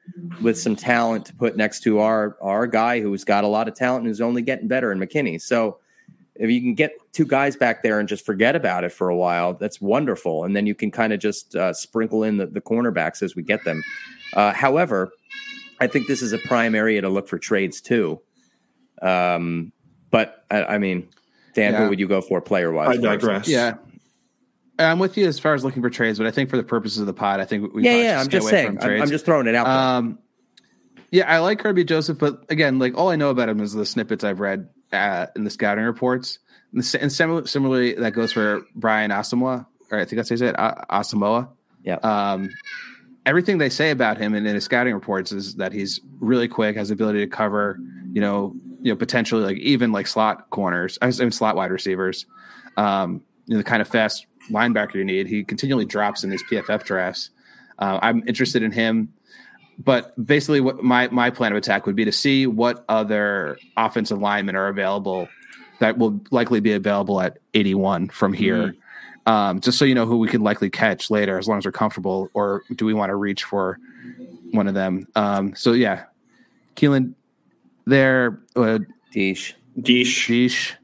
C: with some talent to put next to our our guy who's got a lot of talent and who's only getting better in McKinney. So if you can get two guys back there and just forget about it for a while, that's wonderful. And then you can kind of just uh, sprinkle in the, the cornerbacks as we get them. Uh, however, I think this is a prime area to look for trades too. Um, but I, I mean, Dan,
A: Yeah.
C: who would you go for player wise?
B: I digress.
A: Yeah. I'm with you as far as looking for trades, but I think for the purposes of the pod, I think we probably
C: Yeah,
A: should
C: yeah. I'm
A: stay
C: just
A: away
C: saying.
A: from
C: I'm,
A: trades.
C: I'm just throwing it out. there.
A: Um, yeah, I like Kirby Joseph, but again, like all I know about him is the snippets I've read uh, in the scouting reports. And, the, and similar, similarly, that goes for Brian Asamoah, or I think that's how you say it, A- Asamoah.
C: Yeah.
A: Um, everything they say about him in, in his scouting reports is that he's really quick, has the ability to cover, you know, you know, potentially like even like slot corners, I mean slot wide receivers, um, you know, the kind of fast linebacker you need. He continually drops in these PFF drafts. Uh, I'm interested in him, but basically, what my my plan of attack would be to see what other offensive linemen are available that will likely be available at 81 from here. Um, just so you know who we could likely catch later, as long as we're comfortable, or do we want to reach for one of them? Um, so yeah, Keelan there, uh,
C: Deesh.
B: Deesh.
A: Sheesh,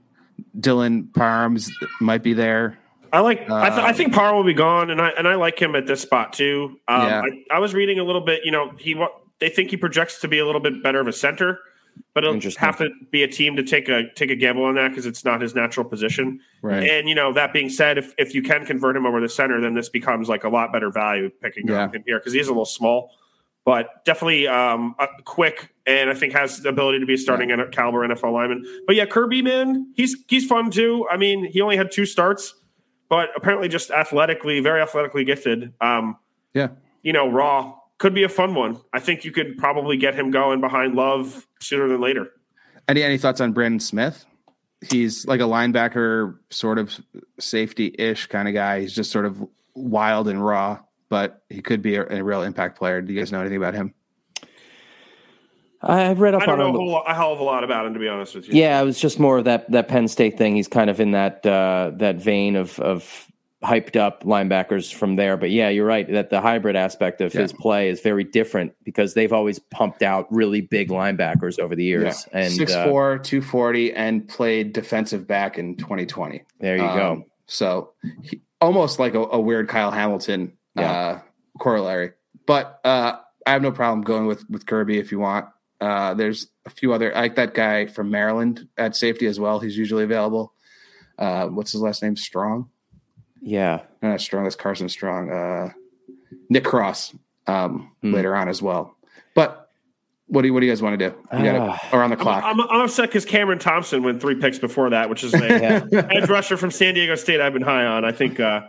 A: Dylan Parms might be there.
B: I like. I, th- I
A: Um,
B: think Parr will be gone, and I and I like him at this spot too. Um,
A: Yeah.
B: I, I was reading a little bit. You know, he wa- they think he projects to be a little bit better of a center, but it'll
C: Interesting.
B: have to be a team to take a take a gamble on that because it's not his natural position.
A: Right.
B: And you know, that being said, if if you can convert him over to center, then this becomes like a lot better value picking
A: Yeah.
B: up in here because he's a little small, but definitely um, uh, quick and I think has the ability to be a starting N- caliber NFL lineman. But yeah, Kirby man, he's he's fun too. I mean, he only had two starts, but apparently just athletically, very athletically gifted. Um,
A: Yeah.
B: you know, raw could be a fun one. I think you could probably get him going behind Love sooner than later.
A: Any any thoughts on Brandon Smith? He's like a linebacker, sort of safety ish kind of guy. He's just sort of wild and raw, but he could be a, a real impact player. Do you guys know anything about him?
C: I- I've read up
B: I don't
C: on
B: know a,
C: him. but-
B: whole, lot- a hell of a lot about him, to be honest with you.
C: Yeah, it was just more of that that Penn State thing. He's kind of in that uh, that vein of of hyped up linebackers from there. But yeah, you're right that the hybrid aspect of
A: Yeah.
C: his play is very different because they've always pumped out really big linebackers over the years. And
A: six
C: uh,
A: four, two forty, and played defensive back in 2020.
C: there you
A: Um,
C: go.
A: So he, almost like a, a weird Kyle Hamilton uh,
C: Yeah.
A: corollary. But uh, I have no problem going with with Kirby if you want. Uh, there's a few other I like that guy from Maryland at safety as well. He's usually available. Uh, what's his last name? Strong.
C: Yeah,
A: No, not Strong. That's Carson Strong. Uh, Nick Cross um,
C: Hmm.
A: later on as well. But what do you, what do you guys want to do? You gotta,
C: Ah.
A: or on the
B: I'm,
A: clock?
B: I'm, I'm upset because Cameron Thompson went three picks before that, which is a
C: Yeah.
B: edge rusher from San Diego State. I've been high on. I think uh,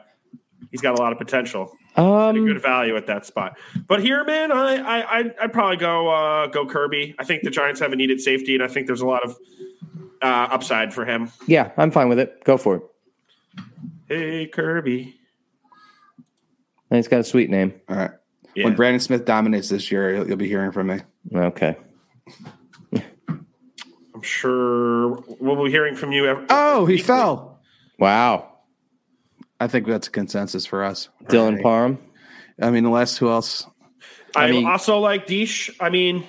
B: he's got a lot of potential,
C: um,
B: good value at that spot. But here, man, I I I'd, I'd probably go uh, go Kirby. I think the Giants have a needed safety, and I think there's a lot of uh, upside for him.
C: yeah, I'm fine with it. Go for it.
B: Hey, Kirby.
C: And it's got a sweet name.
A: All right.
B: Yeah.
A: When Brandon Smith dominates this year, you'll, you'll be hearing from me.
C: Okay.
B: I'm sure we'll be hearing from you. Every-
A: Oh, he fell.
C: Wow.
A: I think that's a consensus for us.
C: Dylan Parham.
A: I mean, unless who else?
B: I,
C: I mean-
B: also like Deesh. I mean,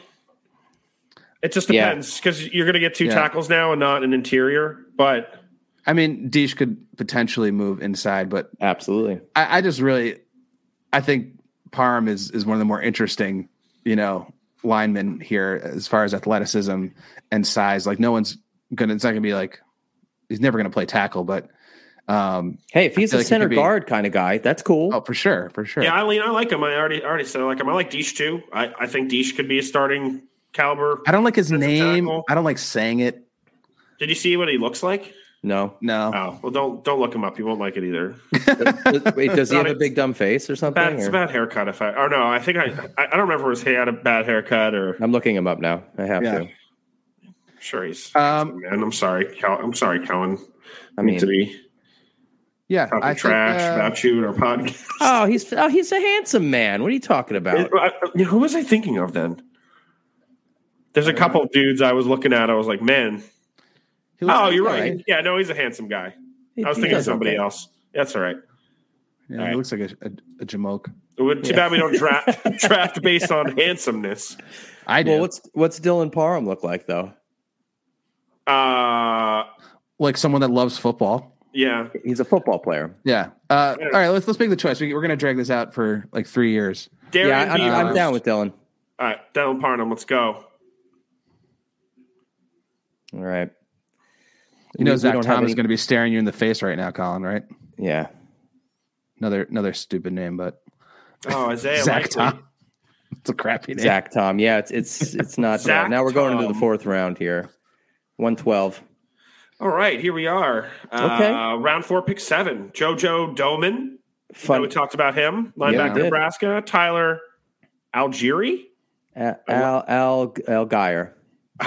B: it just
C: Yeah.
B: depends because you're going to get two
A: Yeah.
B: tackles now and not an interior. But
A: I mean, Deesh could potentially move inside, but
C: Absolutely.
A: I, I just really, I think Parm is is one of the more interesting, you know, linemen here as far as athleticism and size. Like, no one's gonna. It's not gonna be like he's never gonna play tackle, but um,
C: Hey, if he's
A: feel
C: a
A: like he
C: center
A: could be-
C: guard kind of guy, that's cool.
A: oh, for sure, for sure.
B: yeah, I mean, I like him. I already already said I like him. I like Deesh too. I, I think Deesh could be a starting caliber.
A: I don't like his
B: Defensive
A: name.
B: tackle.
A: I don't like saying it.
B: Did you see what he looks like?
C: No.
A: No,
B: Oh, well, don't don't look him up. You won't like it either.
C: Wait, does he
B: Not
C: have a
B: a-
C: big dumb face or something?
B: Bad, it's
C: or-
B: a bad haircut. If I or no, I think I I I don't remember if he had a bad haircut or
C: I'm looking him up now. I have
A: Yeah.
C: to.
B: I'm sure he's
A: Um,
B: man. I'm sorry, Cal, I'm sorry, Cohen.
C: I
B: need to
C: mean,
B: be
A: yeah,
B: talking
A: I think,
B: trash
A: uh,
B: about you in our podcast.
C: oh, he's oh, he's a handsome man. What are you talking about?
B: I- I- you know, who was I thinking of then? There's
C: Uh,
B: a couple of dudes I was looking at. I was like, man.
A: he looks
B: Oh,
A: like-
B: you're
A: all
B: right. Yeah, no, he's a handsome guy.
C: He-
B: I was
C: he
B: thinking of
C: does
B: somebody
C: okay.
B: else. That's all right.
A: Yeah,
B: All
A: he
B: right.
A: looks like a, a, a Jamoke.
B: It would- Too
C: Yeah.
B: bad we don't draft draft based on handsomeness.
A: I do.
C: Well, what's what's Dylan Parham look like though?
B: Uh,
A: like someone that loves football.
B: yeah.
C: He's a football player.
A: Yeah. Uh,
B: Yeah.
A: All right, let's let's make the choice. We, we're going to drag this out for like three years.
B: Darren
C: yeah, I,
B: Beavers.
C: I'm,
A: Beavers.
C: I'm down with Dylan.
B: All right, Dylan Parnham, let's go.
C: All right.
A: You know,
C: We- we
A: Zach
C: don't have
A: Tom is
C: any-
A: going to be staring you in the face right now, Colin. Right?
C: Yeah.
A: Another another stupid name, but
B: Oh, Isaiah
A: Zach
B: Likely.
A: Tom. It's a crappy name.
C: Zach Tom. Yeah, it's it's it's not.
B: Zach
C: now we're going into
B: Tom.
C: the fourth round here. One twelve.
B: All right, here we are. Uh,
C: Okay.
B: Round four, pick seven. JoJo Doman.
C: Fun.
B: We talked about him.
A: we
B: Linebacker,
C: did.
B: Nebraska. Tyler Algieri.
C: Al Al Al, Al Geyer.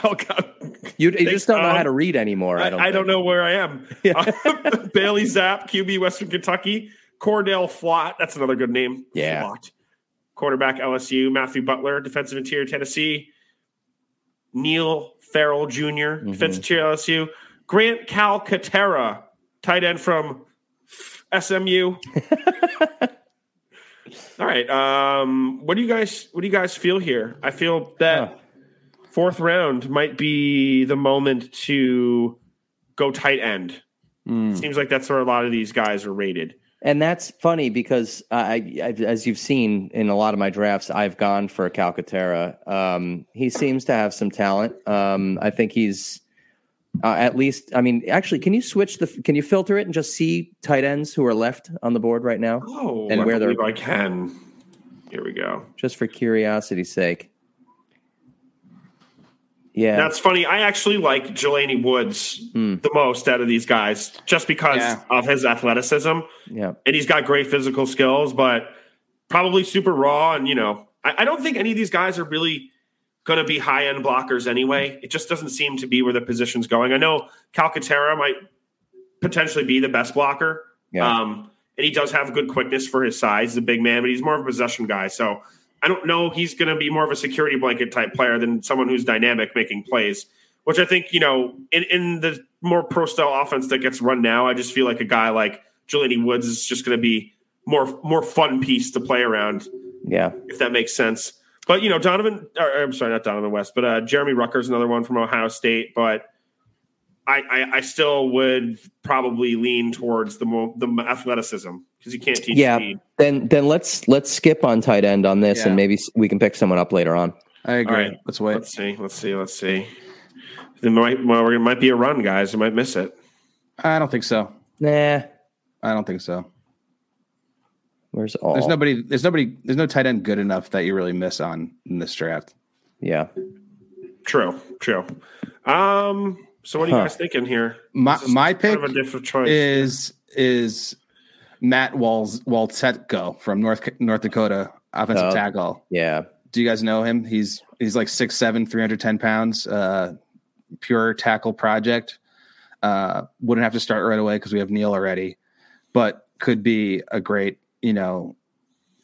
B: Oh, God.
C: You, you just don't know
B: um,
C: how to read anymore. I don't.
B: I, I don't
C: think.
B: know where I am.
C: Yeah.
B: Bailey Zapp, QB, Western Kentucky. Cordell Flott, that's another good name.
C: Yeah.
B: Flott. Quarterback, LSU. Matthew Butler, defensive interior, Tennessee. Neil Farrell Jr.,
C: Mm-hmm.
B: defensive interior, LSU. Grant Calcaterra, tight end from SMU. All right. Um, what do you guys what do you guys feel here? I feel that
C: Huh.
B: fourth round might be the moment to go tight end.
C: Hmm.
A: Mm.
B: Seems like that's where a lot of these guys are rated.
C: And that's funny because I, I, as you've seen in a lot of my drafts, I've gone for Calcaterra. Um, he seems to have some talent. Um, I think he's uh, at least. I mean, actually, can you switch the? Can you filter it and just see tight ends who are left on the board right now,
B: Oh,
C: And
B: I
C: where they're-
B: believe I can. Here we go.
C: just for curiosity's sake? Yeah,
B: That's funny. I actually like Jelani Woods the most out of these guys, just because
A: Yeah.
B: of his athleticism
C: yeah.
B: and he's got great physical skills, but probably super raw. And you know, I, I don't think any of these guys are really going to be high end blockers anyway. It just doesn't seem to be where the position's going. I know Calcaterra might potentially be the best blocker.
C: Yeah.
B: Um, and he does have good quickness for his size. He's a big man, but he's more of a possession guy. So I don't know he's going to be more of a security blanket type player than someone who's dynamic making plays, which I think, you know, in, in the more pro style offense that gets run now, I just feel like a guy like Jelani Woods is just going to be more more fun piece to play around,
C: Yeah.
B: if that makes sense. But, you know, Donovan, or, I'm sorry, not Donovan West, but uh, Jeremy Rucker's another one from Ohio State. But I, I, I still would probably lean towards the mo- the athleticism because you can't teach
C: Yeah.
B: speed.
C: Then then let's let's skip on tight end on this,
A: Yeah.
C: and maybe s- we can pick someone up later on.
A: I agree.
B: All right.
A: Let's wait.
B: Let's see. Let's see. Let's see. There might, well, it might be a run, guys. I might miss it.
A: I don't think so.
C: Nah.
A: I don't think so.
C: Where's all?
A: There's nobody. There's nobody. There's no tight end good enough that you really miss on in this draft.
C: yeah.
B: True. True. Um. So what are you
C: Huh.
B: guys thinking here?
A: My
B: This is
A: my
B: kind
A: pick
B: of a different choice.
A: is is Matt Walls Waltetko from North North Dakota offensive
B: Uh,
C: Oh.
A: tackle.
C: Yeah.
A: Do you guys know him? He's he's like 6'7", 310 pounds. Uh, pure tackle project. Uh, wouldn't have to start right away because we have Neil already, but could be a great you know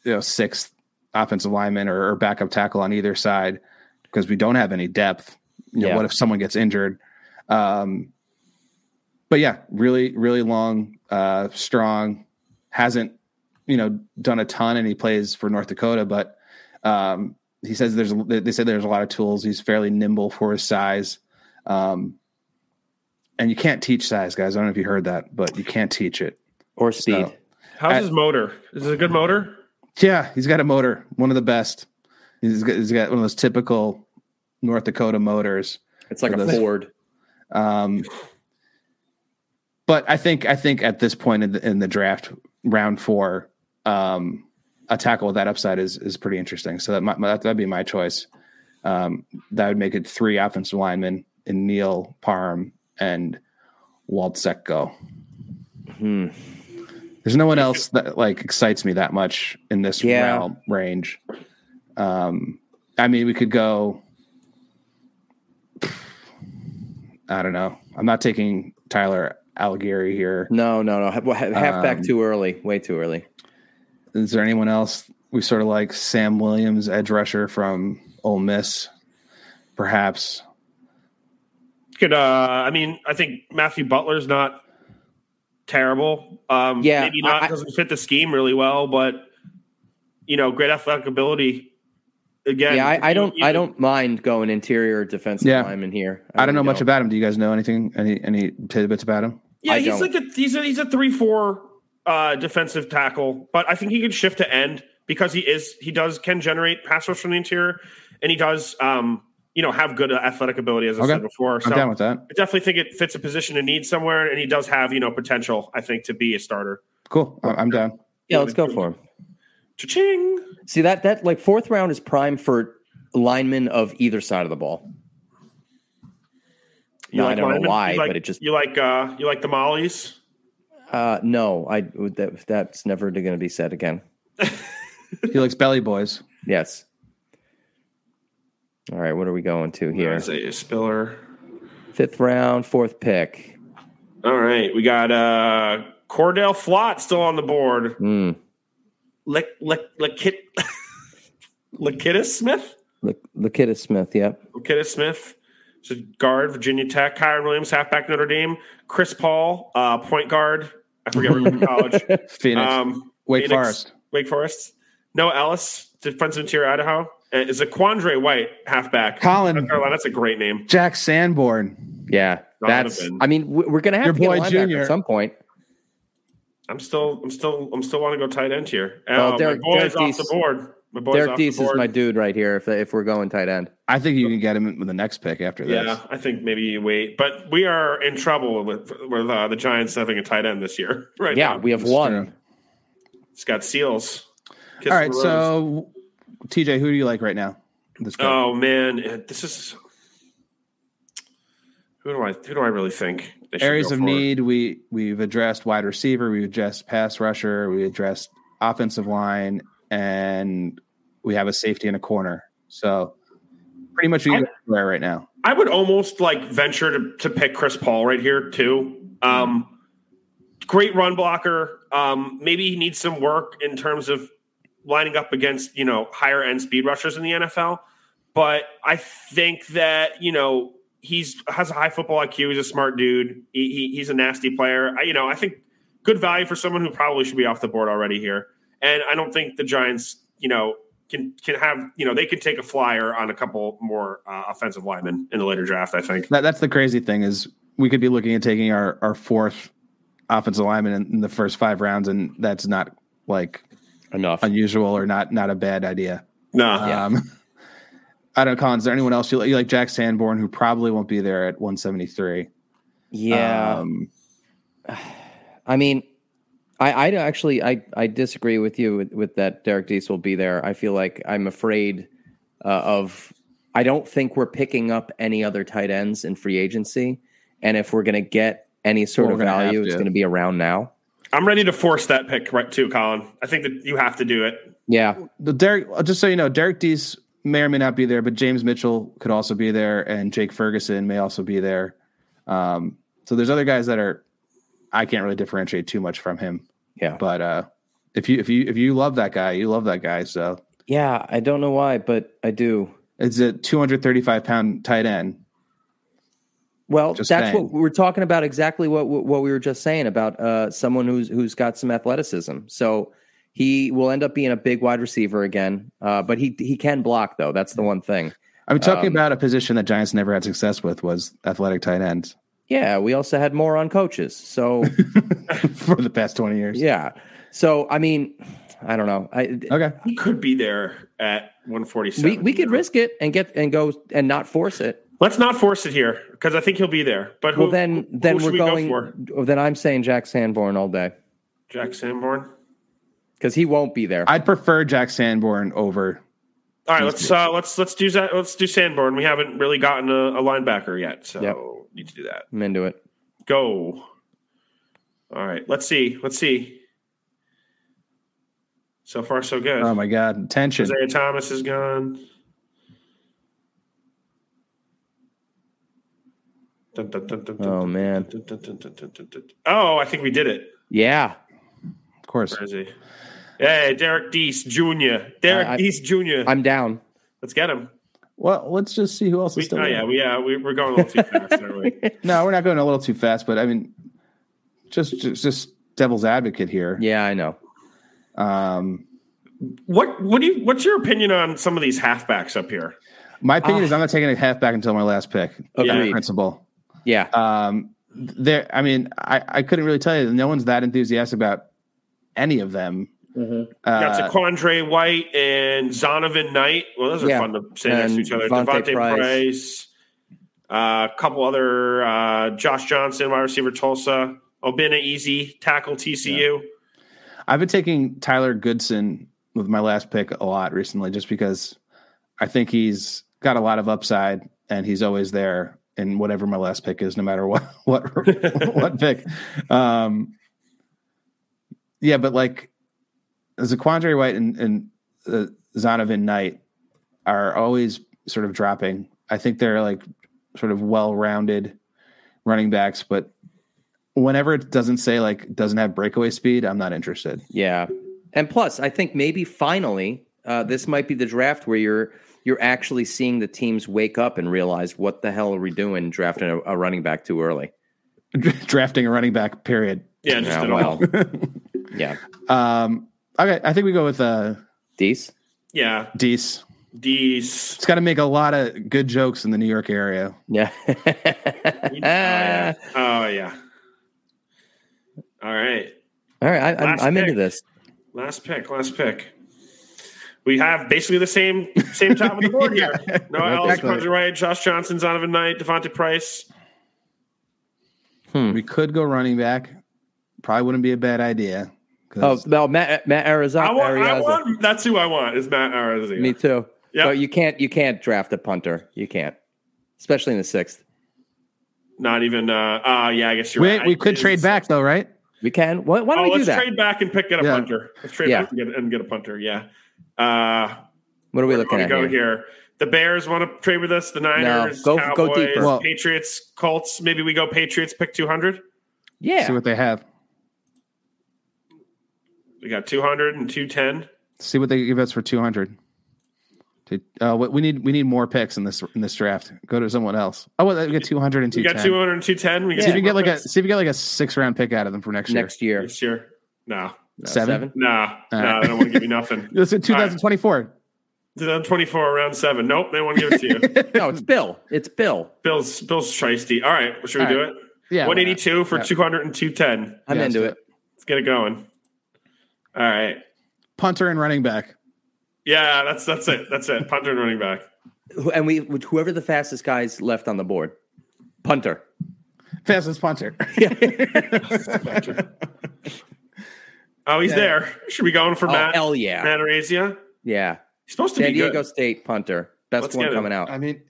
A: you know sixth offensive lineman or, or backup tackle on either side because we don't have any depth. You know,
C: Yeah.
A: what if someone gets injured? Um, but yeah, really, really long, uh, strong. Hasn't you know done a ton, and he plays for North Dakota. But um, he says there's they said there's a lot of tools. He's fairly nimble for his size. Um, and you can't teach size, guys. I don't know if you heard that, but you can't teach it.
C: Or speed.
A: So-
B: How's
A: I-
B: his motor? Is it a good motor?
A: Yeah, he's got a motor, one of the best. He's got, he's got one of those typical North Dakota motors.
C: it's like
A: for
C: a
A: those-
C: Ford.
A: Um, but I think I think at this point in the, in the draft, round four, um, a tackle with that upside is is pretty interesting. So that might, that would be my choice. Um, that would make it three offensive linemen in Neil Parm and Walt Secco.
C: Hmm.
A: There's no one else that like excites me that much in this
C: Yeah.
A: realm range. Um, I mean, we could go. I don't know. I'm not taking Tyler Algieri here.
C: No, no, no. Ha- ha- Halfback
A: Um,
C: too early. Way too early.
A: Is there anyone else we sort of like? Sam Williams, edge rusher from Ole Miss, perhaps.
B: Could uh? I mean, I think Matthew Butler's not terrible. Um,
C: Yeah,
B: Maybe not
C: I- I-
B: doesn't fit the scheme really well, but you know, great athletic ability. Again,
C: yeah, I, I don't.
B: you-
C: I don't mind going interior defensive
A: Yeah.
C: lineman here.
A: I, don't know
C: really
A: much about him. Do you guys know anything? Any any tidbits about him?
B: Yeah,
C: I
B: he's
C: don't.
B: like a he's a he's a three four uh, defensive tackle, but I think he could shift to end because he is he does can generate pass rush from the interior, and he does um you know have good athletic ability as I
A: Okay.
B: said before. So
A: I'm down
B: I
A: with that.
B: definitely think it fits a position and need somewhere, and he does have you know potential. I think to be a starter.
A: Cool. I- I'm down.
C: Yeah, let's go for him.
B: Cha-ching.
C: See that that like fourth round is prime for linemen of either side of the ball. No, I don't know
B: linemen?
C: why,
B: You like-
C: but it just-
B: you like uh you like the mollies.
C: Uh, no, I that, that's never going to be said again.
A: He likes belly boys.
C: Yes. All right, what are we going to here?
B: Isaiah Spiller.
C: Fifth round, fourth pick.
B: All right, we got uh Cordell Flott still on the board.
C: Hmm.
B: Lick Lick Lickit Lickitus Smith.
C: Look, Lakita Smith. Yep.
B: Lickitus Smith. So guard, Virginia Tech, Kyron Williams, halfback Notre Dame, Chris Paul, uh, point guard. I forget where he went to college.
A: Phoenix,
B: Um,
A: Wake
B: Phoenix.
A: Forest.
B: Wake Forest. Noah Ellis, defensive interior Idaho. Uh, Is a Quandre White halfback.
A: Colin.
B: North Carolina, that's a great name.
A: Jack Sanborn.
C: Yeah. That's.
B: Donovan.
C: I mean, we- we're going to have
A: Your
C: to get a
A: boy
C: linebacker
A: Junior.
C: at some point.
B: I'm still, I'm still, I'm still want to go tight end here. Uh,
C: Well,
B: my
C: Derek-
B: boy's
C: Derek
B: off
C: Deese-
B: the board. My boy's
C: Derek
B: off the
C: Deese is
B: board.
C: my dude right here. If if we're going tight end.
A: I think you can get him with the next pick after this.
B: Yeah, I think maybe you wait, but we are in trouble with with uh, the Giants having a tight end this year. Right?
C: Yeah,
B: now.
C: we have
A: That's
C: one.
A: true.
B: it's got seals. Kiss
A: All right,
B: the rose.
A: so TJ, who do you like right now? This pick?
B: oh man, eh, this is who do I who do I really think they should
A: areas
B: go
A: of
B: for?
A: need we we've addressed wide receiver, we've addressed pass rusher, we addressed offensive line, and we have a safety and a corner. So pretty much
B: I-
A: you there right now.
B: I would almost like venture to, to pick Chris Paul right here too. Um, great run blocker. Um, maybe he needs some work in terms of lining up against you know higher end speed rushers in the NFL. But I think that you know he's has a high football IQ. He's a smart dude. He, he he's a nasty player. I, you know I think good value for someone who probably should be off the board already here. And I don't think the Giants you know can can have you know they can take a flyer on a couple more uh, offensive linemen in the later draft. I think.
A: That, that's the crazy thing is we could be looking at taking our our fourth offensive lineman in, in the first five rounds, and that's not like
C: Enough.
A: unusual or not not a bad idea.
B: Nah.
A: Um, I don't know, Colin. Is there anyone else you, like- you like? Jack Sanborn, who probably won't be there at 173.
C: Yeah.
A: Um,
C: I mean, I, I actually I, I disagree with you with, with that Derek Dees will be there. I feel like I'm afraid uh, of. I don't think we're picking up any other tight ends in free agency, and if we're going to get any sort
A: Well,
C: of
A: we're gonna
C: value,
A: have
C: it's
A: to.
C: going to be around now.
B: I'm ready to force that pick right too, Colin. I think that you have to do it.
C: Yeah,
A: the Derek, just so you know, Derek Dees may or may not be there, but James Mitchell could also be there, and Jake Ferguson may also be there. Um, so there's other guys that are I can't really differentiate too much from him.
C: yeah,
A: But uh, if you if you if you love that guy, you love that guy. So
C: yeah. I don't know why, but I do.
A: it's a 235 pound tight end.
C: Well,
A: Just
C: that's
A: saying.
C: what we're talking about. Exactly what what we were just saying about uh, someone who's who's got some athleticism. So he will end up being a big wide receiver again, uh, but he he can block though. That's the one thing.
A: I mean, talking
C: Um,
A: about a position that Giants never had success with was athletic tight ends
C: Yeah, we also had more on coaches. So
A: for the past 20 years.
C: yeah, so I mean, I don't know. I
A: Okay.
B: He could be there at 147.
C: we we could risk it and get and go and not force it.
B: Let's not force it here because I think he'll be there. But who,
C: Well, then
B: who
C: then
B: should
C: we're
B: we
C: going.
B: go for?
C: then I'm saying Jack Sanborn all day
B: Jack Sanborn.
C: because he won't be there.
A: I'd prefer Jack Sanborn over.
B: All right, let's uh, let's let's do that. Let's do Sanborn. We haven't really gotten a, a linebacker yet, so
C: Yep.
B: need to do that.
C: I'm into it.
B: Go. All right, let's see. Let's see. So far, so good.
A: Oh my God. Tension.
B: Isaiah Thomas is gone. Dun, dun, dun, dun, dun,
C: Oh,
B: dun,
C: man.
B: dun, dun, dun, dun, dun, dun, dun. Oh, I think we did it.
C: Yeah,
A: Of course.
B: Where is he? Hey, Derek Dees Jr.
C: I- I-
B: Derek Dees Jr.
C: I'm down.
B: Let's get him.
A: Well, let's just see who else is
B: We,
A: still
B: oh,
A: there.
B: yeah, we, yeah we, we're going a little too fast, aren't we?
A: No, we're not going a little too fast, but I mean, just, just, just devil's advocate here.
C: Yeah, I know.
A: Um,
B: What, what do you, what's your opinion on some of these halfbacks up here?
A: my opinion
C: Ah.
A: is I'm not taking a halfback until my last pick.
C: Agreed.
A: Principle.
C: Yeah.
A: um there i mean i i couldn't really tell you no one's that enthusiastic about any of them Uh,
B: Got to Quandre White and Zonovan Knight. Well, those are
C: Yeah.
B: fun to say next to
C: And
B: each other.
C: Devontae
B: Devontae Price,
C: Price.
B: a couple other uh, Josh Johnson, wide receiver Tulsa, Obina Easy, tackle TCU.
A: i've been taking tyler goodson with my last pick a lot recently just because i think he's got a lot of upside and he's always there in whatever my last pick is no matter what what what pick um yeah but like zaquandre white and, and uh, zonovan knight are always sort of dropping i think they're like sort of well-rounded running backs but whenever it doesn't say like doesn't have breakaway speed i'm not interested
C: Yeah. And plus, I think maybe finally, uh, this might be the draft where you're you're actually seeing the teams wake up and realize what the hell are we doing drafting a, a running back too early.
A: drafting a running back period
B: Yeah, just
C: Yeah,
B: an all.
C: well, yeah.
A: um okay i think we go with uh
C: Dees?
B: Yeah,
A: Dees.
B: these.
A: It's got to make a lot of good jokes in the New York area.
C: Yeah. Uh,
B: oh, yeah. Oh, yeah. All right.
C: All right, I, I'm,
B: Last
C: I'm into
B: pick.
C: this.
B: Last pick, last pick. We have basically the same same top of the board here.
A: Yeah.
B: No Ellis,
A: Exactly.
B: Quandre White, Josh Johnson, Zonovan Knight, Devontae Price.
A: We could go running back. Probably wouldn't be a bad idea.
C: Oh,
A: 'cause
C: no, Matt Matt Ariza-
B: I want, I
C: Ariza.
B: want. That's who I want. Is Matt Arizona.
C: Me too.
B: Yeah.
C: But you can't you can't draft a punter. You can't, especially in the sixth.
B: Not even. Uh, uh yeah. I guess you're
A: Wait,
B: right.
A: we could
B: It
A: trade
B: is-
A: back though, right?
C: We can. Why, why
B: Oh,
C: don't we do
B: let's
C: that?
B: trade back and pick get a
A: Yeah.
B: punter. Let's trade
C: Yeah.
B: back and get, and get a punter. Yeah. Uh,
C: what are we
B: where do
C: looking
B: we
C: at
B: go
C: here?
B: here? The Bears want to trade with us. The Niners,
C: go- go
B: Cowboys,
C: deeper.
A: Well-
B: Patriots, Colts. Maybe we go Patriots. Pick two hundred.
C: Yeah.
A: See what they have.
B: We got 200 and 210.
A: See what they give us for two hundred. Uh, we we need we need more picks in this in this draft. Go to someone else. Oh, well, we get two hundred and two.
B: We got 200 and 210. We got
A: See if
B: two
A: you get
B: more
A: like a
B: picks
A: see if you get like a six round pick out of them for next year.
C: next year.
B: this year. No,
C: No,
A: Seven?
B: no, no.
A: right.
B: They don't want to give you nothing.
A: Let's do two thousand twenty four.
B: 2024 round seven. Nope, they won't give it to you.
C: No, it's Bill. It's Bill.
B: Bill's Bill's shisty. All right, should we
A: All
B: do
A: right.
B: it?
A: Yeah, why not?
B: 182 for
A: Yeah.
B: 200 and 210.
C: I'm
A: Yeah,
C: into
A: let's
C: it.
A: do
B: Let's get it going. All right.
A: Punter and running back.
B: Yeah, that's that's it. That's it. Punter and running back.
C: Who- And we whoever the fastest guy's left on the board, punter.
A: Fastest punter.
B: Oh, he's there. Should we going for
C: Oh,
B: Matt?
C: hell yeah,
B: Matt Arazia?
C: yeah.
B: He's supposed to
C: San
B: be
C: Diego
B: good.
C: State punter, best
B: Let's get
C: one
B: him.
C: coming out.
A: I mean,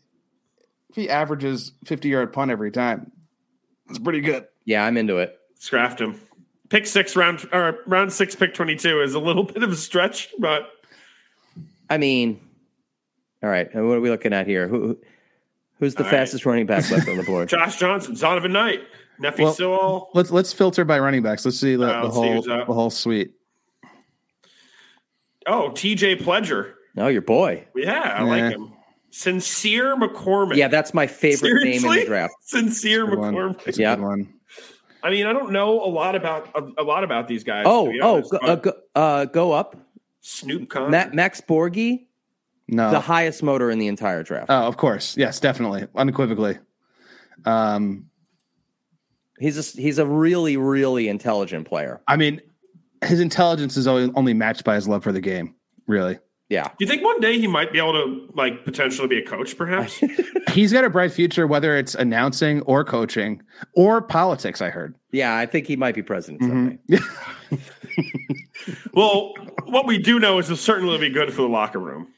A: if he averages fifty yard punt every time, that's pretty good.
C: yeah, I'm into it.
B: Scraft him. Pick six round or round six pick twenty two is a little bit of a stretch, but
C: I mean, all right. and What are we looking at here? Who who- who's the
B: All right.
C: fastest running back left on the board?
B: Josh Johnson, Donovan Knight, Nephi
A: Well-
B: Sewell.
A: Let's let's filter by running backs. Let's see the,
B: Uh,
A: the
B: let's see
A: whole
B: who's
A: the
B: up.
A: whole suite.
B: Oh, TJ Pledger.
C: No, Oh, your boy.
B: Yeah, I
A: Yeah.
B: like him. Sincere McCormick.
C: Yeah, that's my favorite name in
B: Seriously?
C: the draft.
B: Sincere
A: Good one.
B: McCormick.
A: That's a
C: Yeah.
A: good one.
B: I mean, I don't know a lot about a, a lot about these guys.
C: Oh,
B: to be
C: oh,
B: honest,
C: go,
B: but
C: uh, go, uh, go up.
B: Snoop Con.
C: Ma- Max Borgi,
A: No.
C: the highest motor in the entire draft.
A: oh, of course. Yes, definitely, unequivocally. Um,
C: He's a, he's a really really intelligent player.
A: I mean, his intelligence is only, only matched by his love for the game. Really,
C: Yeah,
B: Do you think one day he might be able to like potentially be a coach? Perhaps.
A: he's got a bright future, whether it's announcing or coaching or politics. I heard.
C: yeah. I think he might be president someday.
B: well, what we do know is he'll certainly be good for the locker room.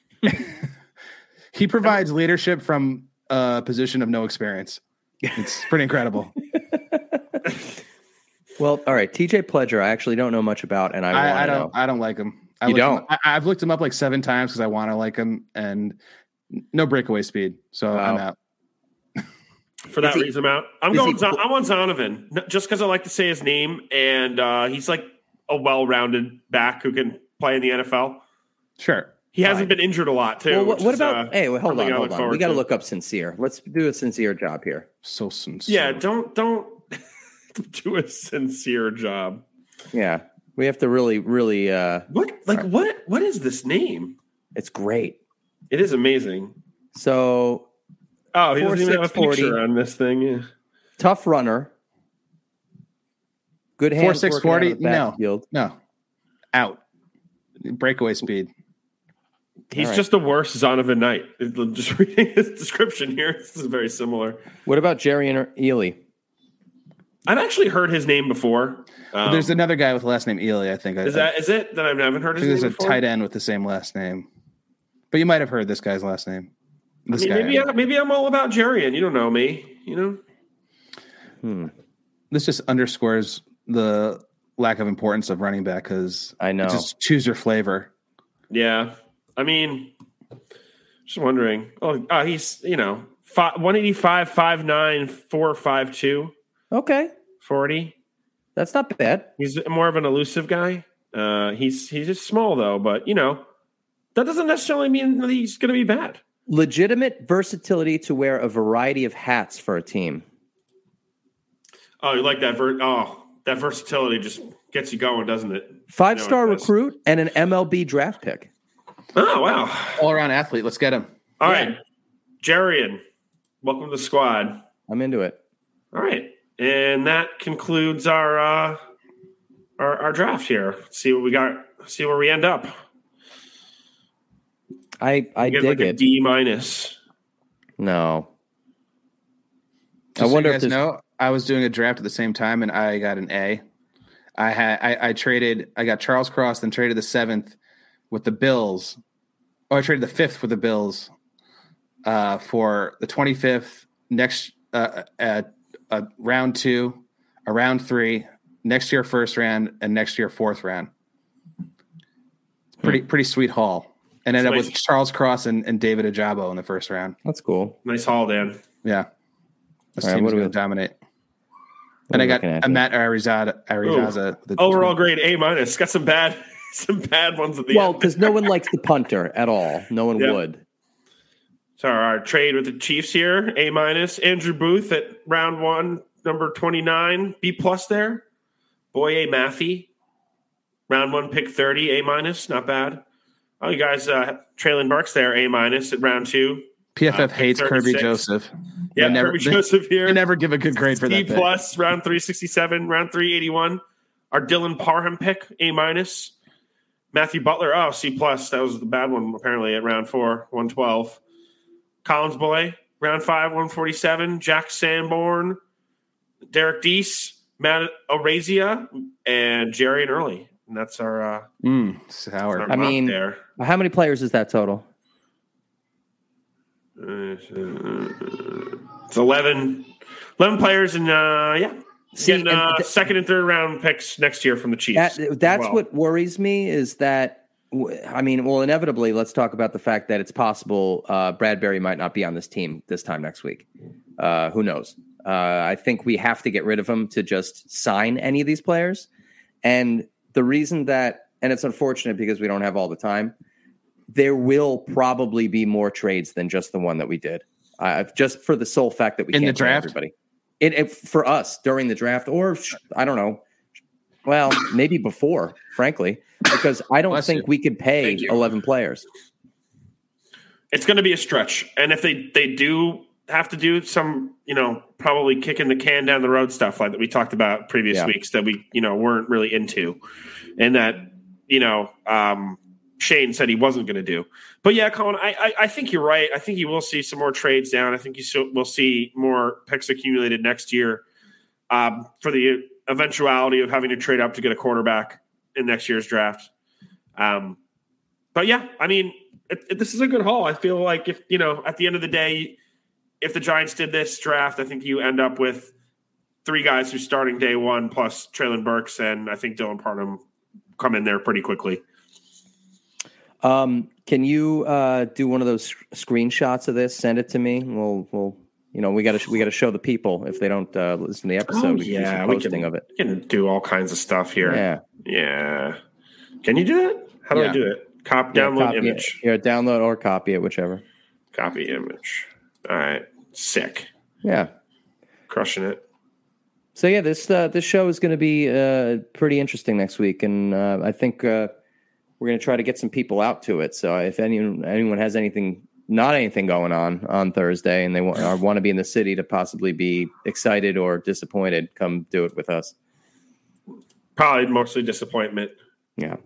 A: He provides leadership from a position of no experience. It's pretty incredible.
C: Well, all right. TJ Pledger, I actually don't know much about, and I, want
A: I, I
C: to
A: don't.
C: know.
A: I don't like him. I
C: You
A: looked him-
C: don't?
A: I, I've looked him up like seven times because I want to like him, and no breakaway speed. So I'm
C: Wow.
A: out.
B: For that
C: Is he-
B: reason, I'm out. I'm
C: is
B: going.
C: he-
B: Zon- I'm on Zonovan n- just because I like to say his name, and uh, he's like a well-rounded back who can play in the NFL.
A: Sure.
B: He
C: Fine.
B: hasn't been injured a lot too.
C: Well, what,
B: which
C: what
B: is,
C: about?
B: uh,
C: hey, well, hold
B: something
C: on,
B: I
C: hold
B: look
C: on. We
B: forward
C: got to
B: to.
C: look up sincere. Let's do a sincere job here.
A: So sincere.
B: Yeah, don't don't do a sincere job.
C: Yeah, we have to really, really. uh
B: What like what what is this name?
C: It's great.
B: It is amazing.
C: So
B: Oh, he
C: Four,
B: doesn't even have a
C: six, 40.
B: picture on this thing. Yeah.
C: tough runner. Good hands.
A: Four six
C: working out of
A: forty.
C: the
A: No.
C: backfield.
A: No. Out. Breakaway speed.
B: He's
C: All right.
B: just the worst Zonovan Knight. It- Just reading his description here, this is very similar.
C: What about Jerry and Ely?
B: I've actually heard his name before. Um,
A: There's another guy with the last name Ely. I think. I-
B: is that is it that I haven't heard
A: I
B: his name
A: think there's a
B: before?
A: tight end with the same last name, but you might have heard this guy's last name. This
B: I mean,
A: guy.
B: maybe, I, maybe I'm all about Jerry, and you don't know me. You know,
A: this just underscores the lack of importance of running back because
C: I know.
A: Just choose your flavor.
B: yeah. I mean, just wondering. Oh, uh, he's you know fi 185, 59, 452,
C: Okay,
B: 40.
C: that's not bad.
B: He's more of an elusive guy. Uh, he's he's just small though, but you know that doesn't necessarily mean that he's going to be bad.
C: Legitimate versatility to wear a variety of hats for a team.
B: Oh, you like that? Ver- oh, that versatility just gets you going, doesn't it?
C: Five star
B: does.
C: recruit and an MLB draft pick.
B: Oh wow!
A: All around athlete. Let's get him.
B: All
C: Yeah.
B: right, Jarian, welcome to the squad.
C: I'm into it.
B: All right, and that concludes our uh, our, our draft here. See what we got. See where we end up.
C: I I
B: We get
C: dig
B: like a
C: it.
B: D minus.
C: no,
A: Just
C: I wonder
A: so you
C: if
A: guys
C: there's-
A: know. I was doing a draft at the same time, and I got an A. I had I, I traded. I got Charles Cross, then traded the seventh with the Bills. Oh, I traded the fifth with the Bills uh, for the twenty fifth next uh, uh, uh, round two, a round three next year first round, and next year fourth round.
C: Hmm.
A: It's pretty pretty sweet haul. And ended up
B: Nice.
A: with Charles Cross and, and David Ajabo in the first round.
C: that's cool.
B: Nice haul, Dan.
A: Yeah. This
C: All right,
A: team's
C: what do
A: going
C: we-
A: to dominate.
C: are
A: And I
C: we
A: got
C: looking at
A: a
C: here?
A: Matt Arizada. Arizaza with uh, the
B: Overall grade A minus. Got some bad some bad ones at the
C: Well,
B: end.
C: because no one likes the punter at all. No one
B: Yeah.
C: would.
B: So our trade with the Chiefs here, A minus. Andrew Booth at round one, number twenty nine, B plus there. Boye Maffey, round one pick thirty, A minus, not bad. Oh, you guys, uh, Traylon Burks there, A minus at round two.
A: PFF
B: Uh,
A: hates Kirby
B: 36.
A: Joseph.
B: Yeah,
A: They never-
B: Kirby
A: they-
B: Joseph
A: They
B: here.
A: never give a good grade for
B: B
A: that. pick.
B: plus, round three sixty seven, round three eighty one. Our Dylan Parham pick, A minus. Matthew Butler, oh C plus. That was the bad one apparently at round four, one twelve. Collins Boy, round five, one forty seven. Jack Sanborn, Derek Deese, Matt Orazia, and Jerry and Early. And that's our, uh,
A: Mm,
B: our
A: sour.
C: I
B: mock
C: mean-
B: there.
C: How many players is that total?
B: Uh, It's 11, 11 players, and uh, yeah,
C: See,
B: getting
C: and
B: uh,
C: th-
B: second and third round picks next year from the Chiefs.
C: That, that's
B: Well,
C: what worries me is that w- I mean, well, inevitably, let's talk about the fact that it's possible uh, Bradbury might not be on this team this time next week. Uh, who knows? Uh, I think we have to get rid of him to just sign any of these players. And the reason that, and it's unfortunate because we don't have all the time, there will probably be more trades than just the one that we did. Uh, just for the sole fact that we
A: In the
C: can't play
A: draft?
C: everybody. It, it for us during the draft, or sh- I don't know. Well, maybe before, frankly, because I don't
A: Bless
C: think
A: you.
C: we could pay
B: Thank you.
C: eleven players.
B: it's going to be a stretch, and if they they do have to do some, you know, probably kicking the can down the road stuff like that we talked about previous
C: Yeah.
B: weeks that we you know weren't really into, and that you know um, Shane said he wasn't going to do. But yeah, Colin, I, I I think you're right. I think you will see some more trades down. I think you so, will see more picks accumulated next year. um, for the eventuality of having to trade up to get a quarterback in next year's draft. Um, but yeah, I mean, it, it- this is a good haul. I feel like if you know, at the end of the day, if the Giants did this draft, I think you end up with three guys who's starting day one plus Traylon Burks and I think Dylan Parham come in there pretty quickly.
C: Um, can you uh, do one of those sc- screenshots of this? Send it to me. We'll we'll you know we got to we got to show the people if they don't uh, listen to the episode.
B: Oh,
C: we can do
B: yeah,
C: some
B: we
C: posting
B: can-
C: of it.
B: You can do all kinds of stuff here.
C: Yeah,
B: Yeah. Can you do that? How do I
A: Yeah.
B: do it? Cop
C: Yeah,
B: download
C: copy it.
B: image.
C: Yeah, download or copy it, whichever.
B: Copy image. All right. Sick.
C: Yeah.
B: Crushing it.
C: So yeah, this uh, this show is going to be uh, pretty interesting next week, and uh, I think uh, we're going to try to get some people out to it. So if anyone anyone has anything, not anything going on on Thursday, and they want, or want to be in the city to possibly be excited or disappointed, come do it with us.
B: Probably mostly disappointment.
C: Yeah.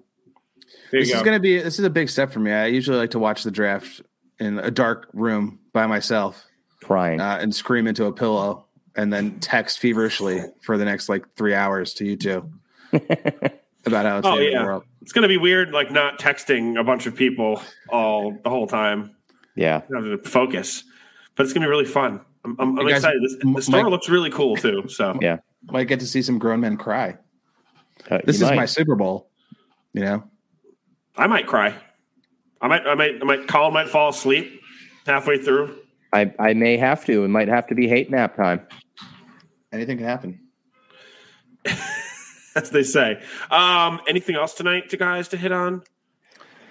B: There
A: This
B: you
A: is
B: go.
A: gonna be this is a big step for me. I usually like to watch the draft in a dark room by myself
C: crying.
A: uh, and scream into a pillow and then text feverishly for the next like three hours to you two about how it's
B: Oh,
A: the end of
B: yeah.
A: the world.
B: it's gonna be weird, like not texting a bunch of people all the whole time,
C: yeah.
B: having to focus. But it's gonna be really fun. I'm, I'm, I'm
A: Hey, guys,
B: excited. This,
A: M-
B: the store
A: Mike-
B: looks really cool too. So
C: Yeah.
A: Might get to see some grown men cry.
C: Uh,
A: This
C: you
A: is
C: might.
A: my Super Bowl. You know,
B: I might cry. I might. I might. I might. Colin might fall asleep halfway through.
C: I, I may have to. It might have to be hate nap time.
A: anything can happen.
B: As they say. Um, anything else tonight, to guys, to hit on?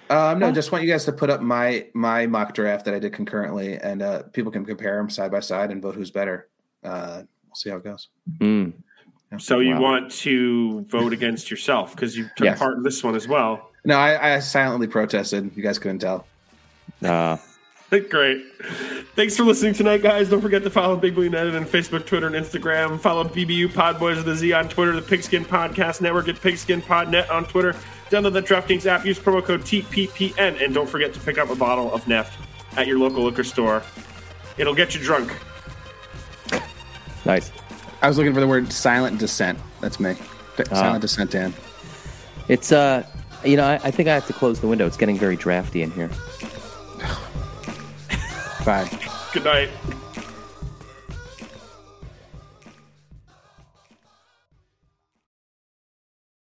A: Um, no, just want you guys to put up my my mock draft that I did concurrently, and uh, people can compare them side by side and vote who's better. Uh, we'll see how it goes.
C: Mm.
B: So you
C: Wow.
B: want to vote against yourself because you took
C: Yes.
B: part in this one as well.
A: No, I, I silently protested. You guys couldn't tell.
C: Uh,
B: Great. Thanks for listening tonight, guys. Don't forget to follow Big Blue United on Facebook, Twitter, and Instagram. Follow BBU Podboys of the Z on Twitter, the Pigskin Podcast Network at PigskinPodNet on Twitter. Download the DraftKings app, use promo code TPPN, and don't forget to pick up a bottle of Neft at your local liquor store. It'll get you drunk.
C: nice.
A: I was looking for the word silent dissent. That's me. D- Silent dissent, Dan.
C: It's uh, you know, I, I think I have to close the window. It's getting very drafty in here.
A: Bye.
B: Good night.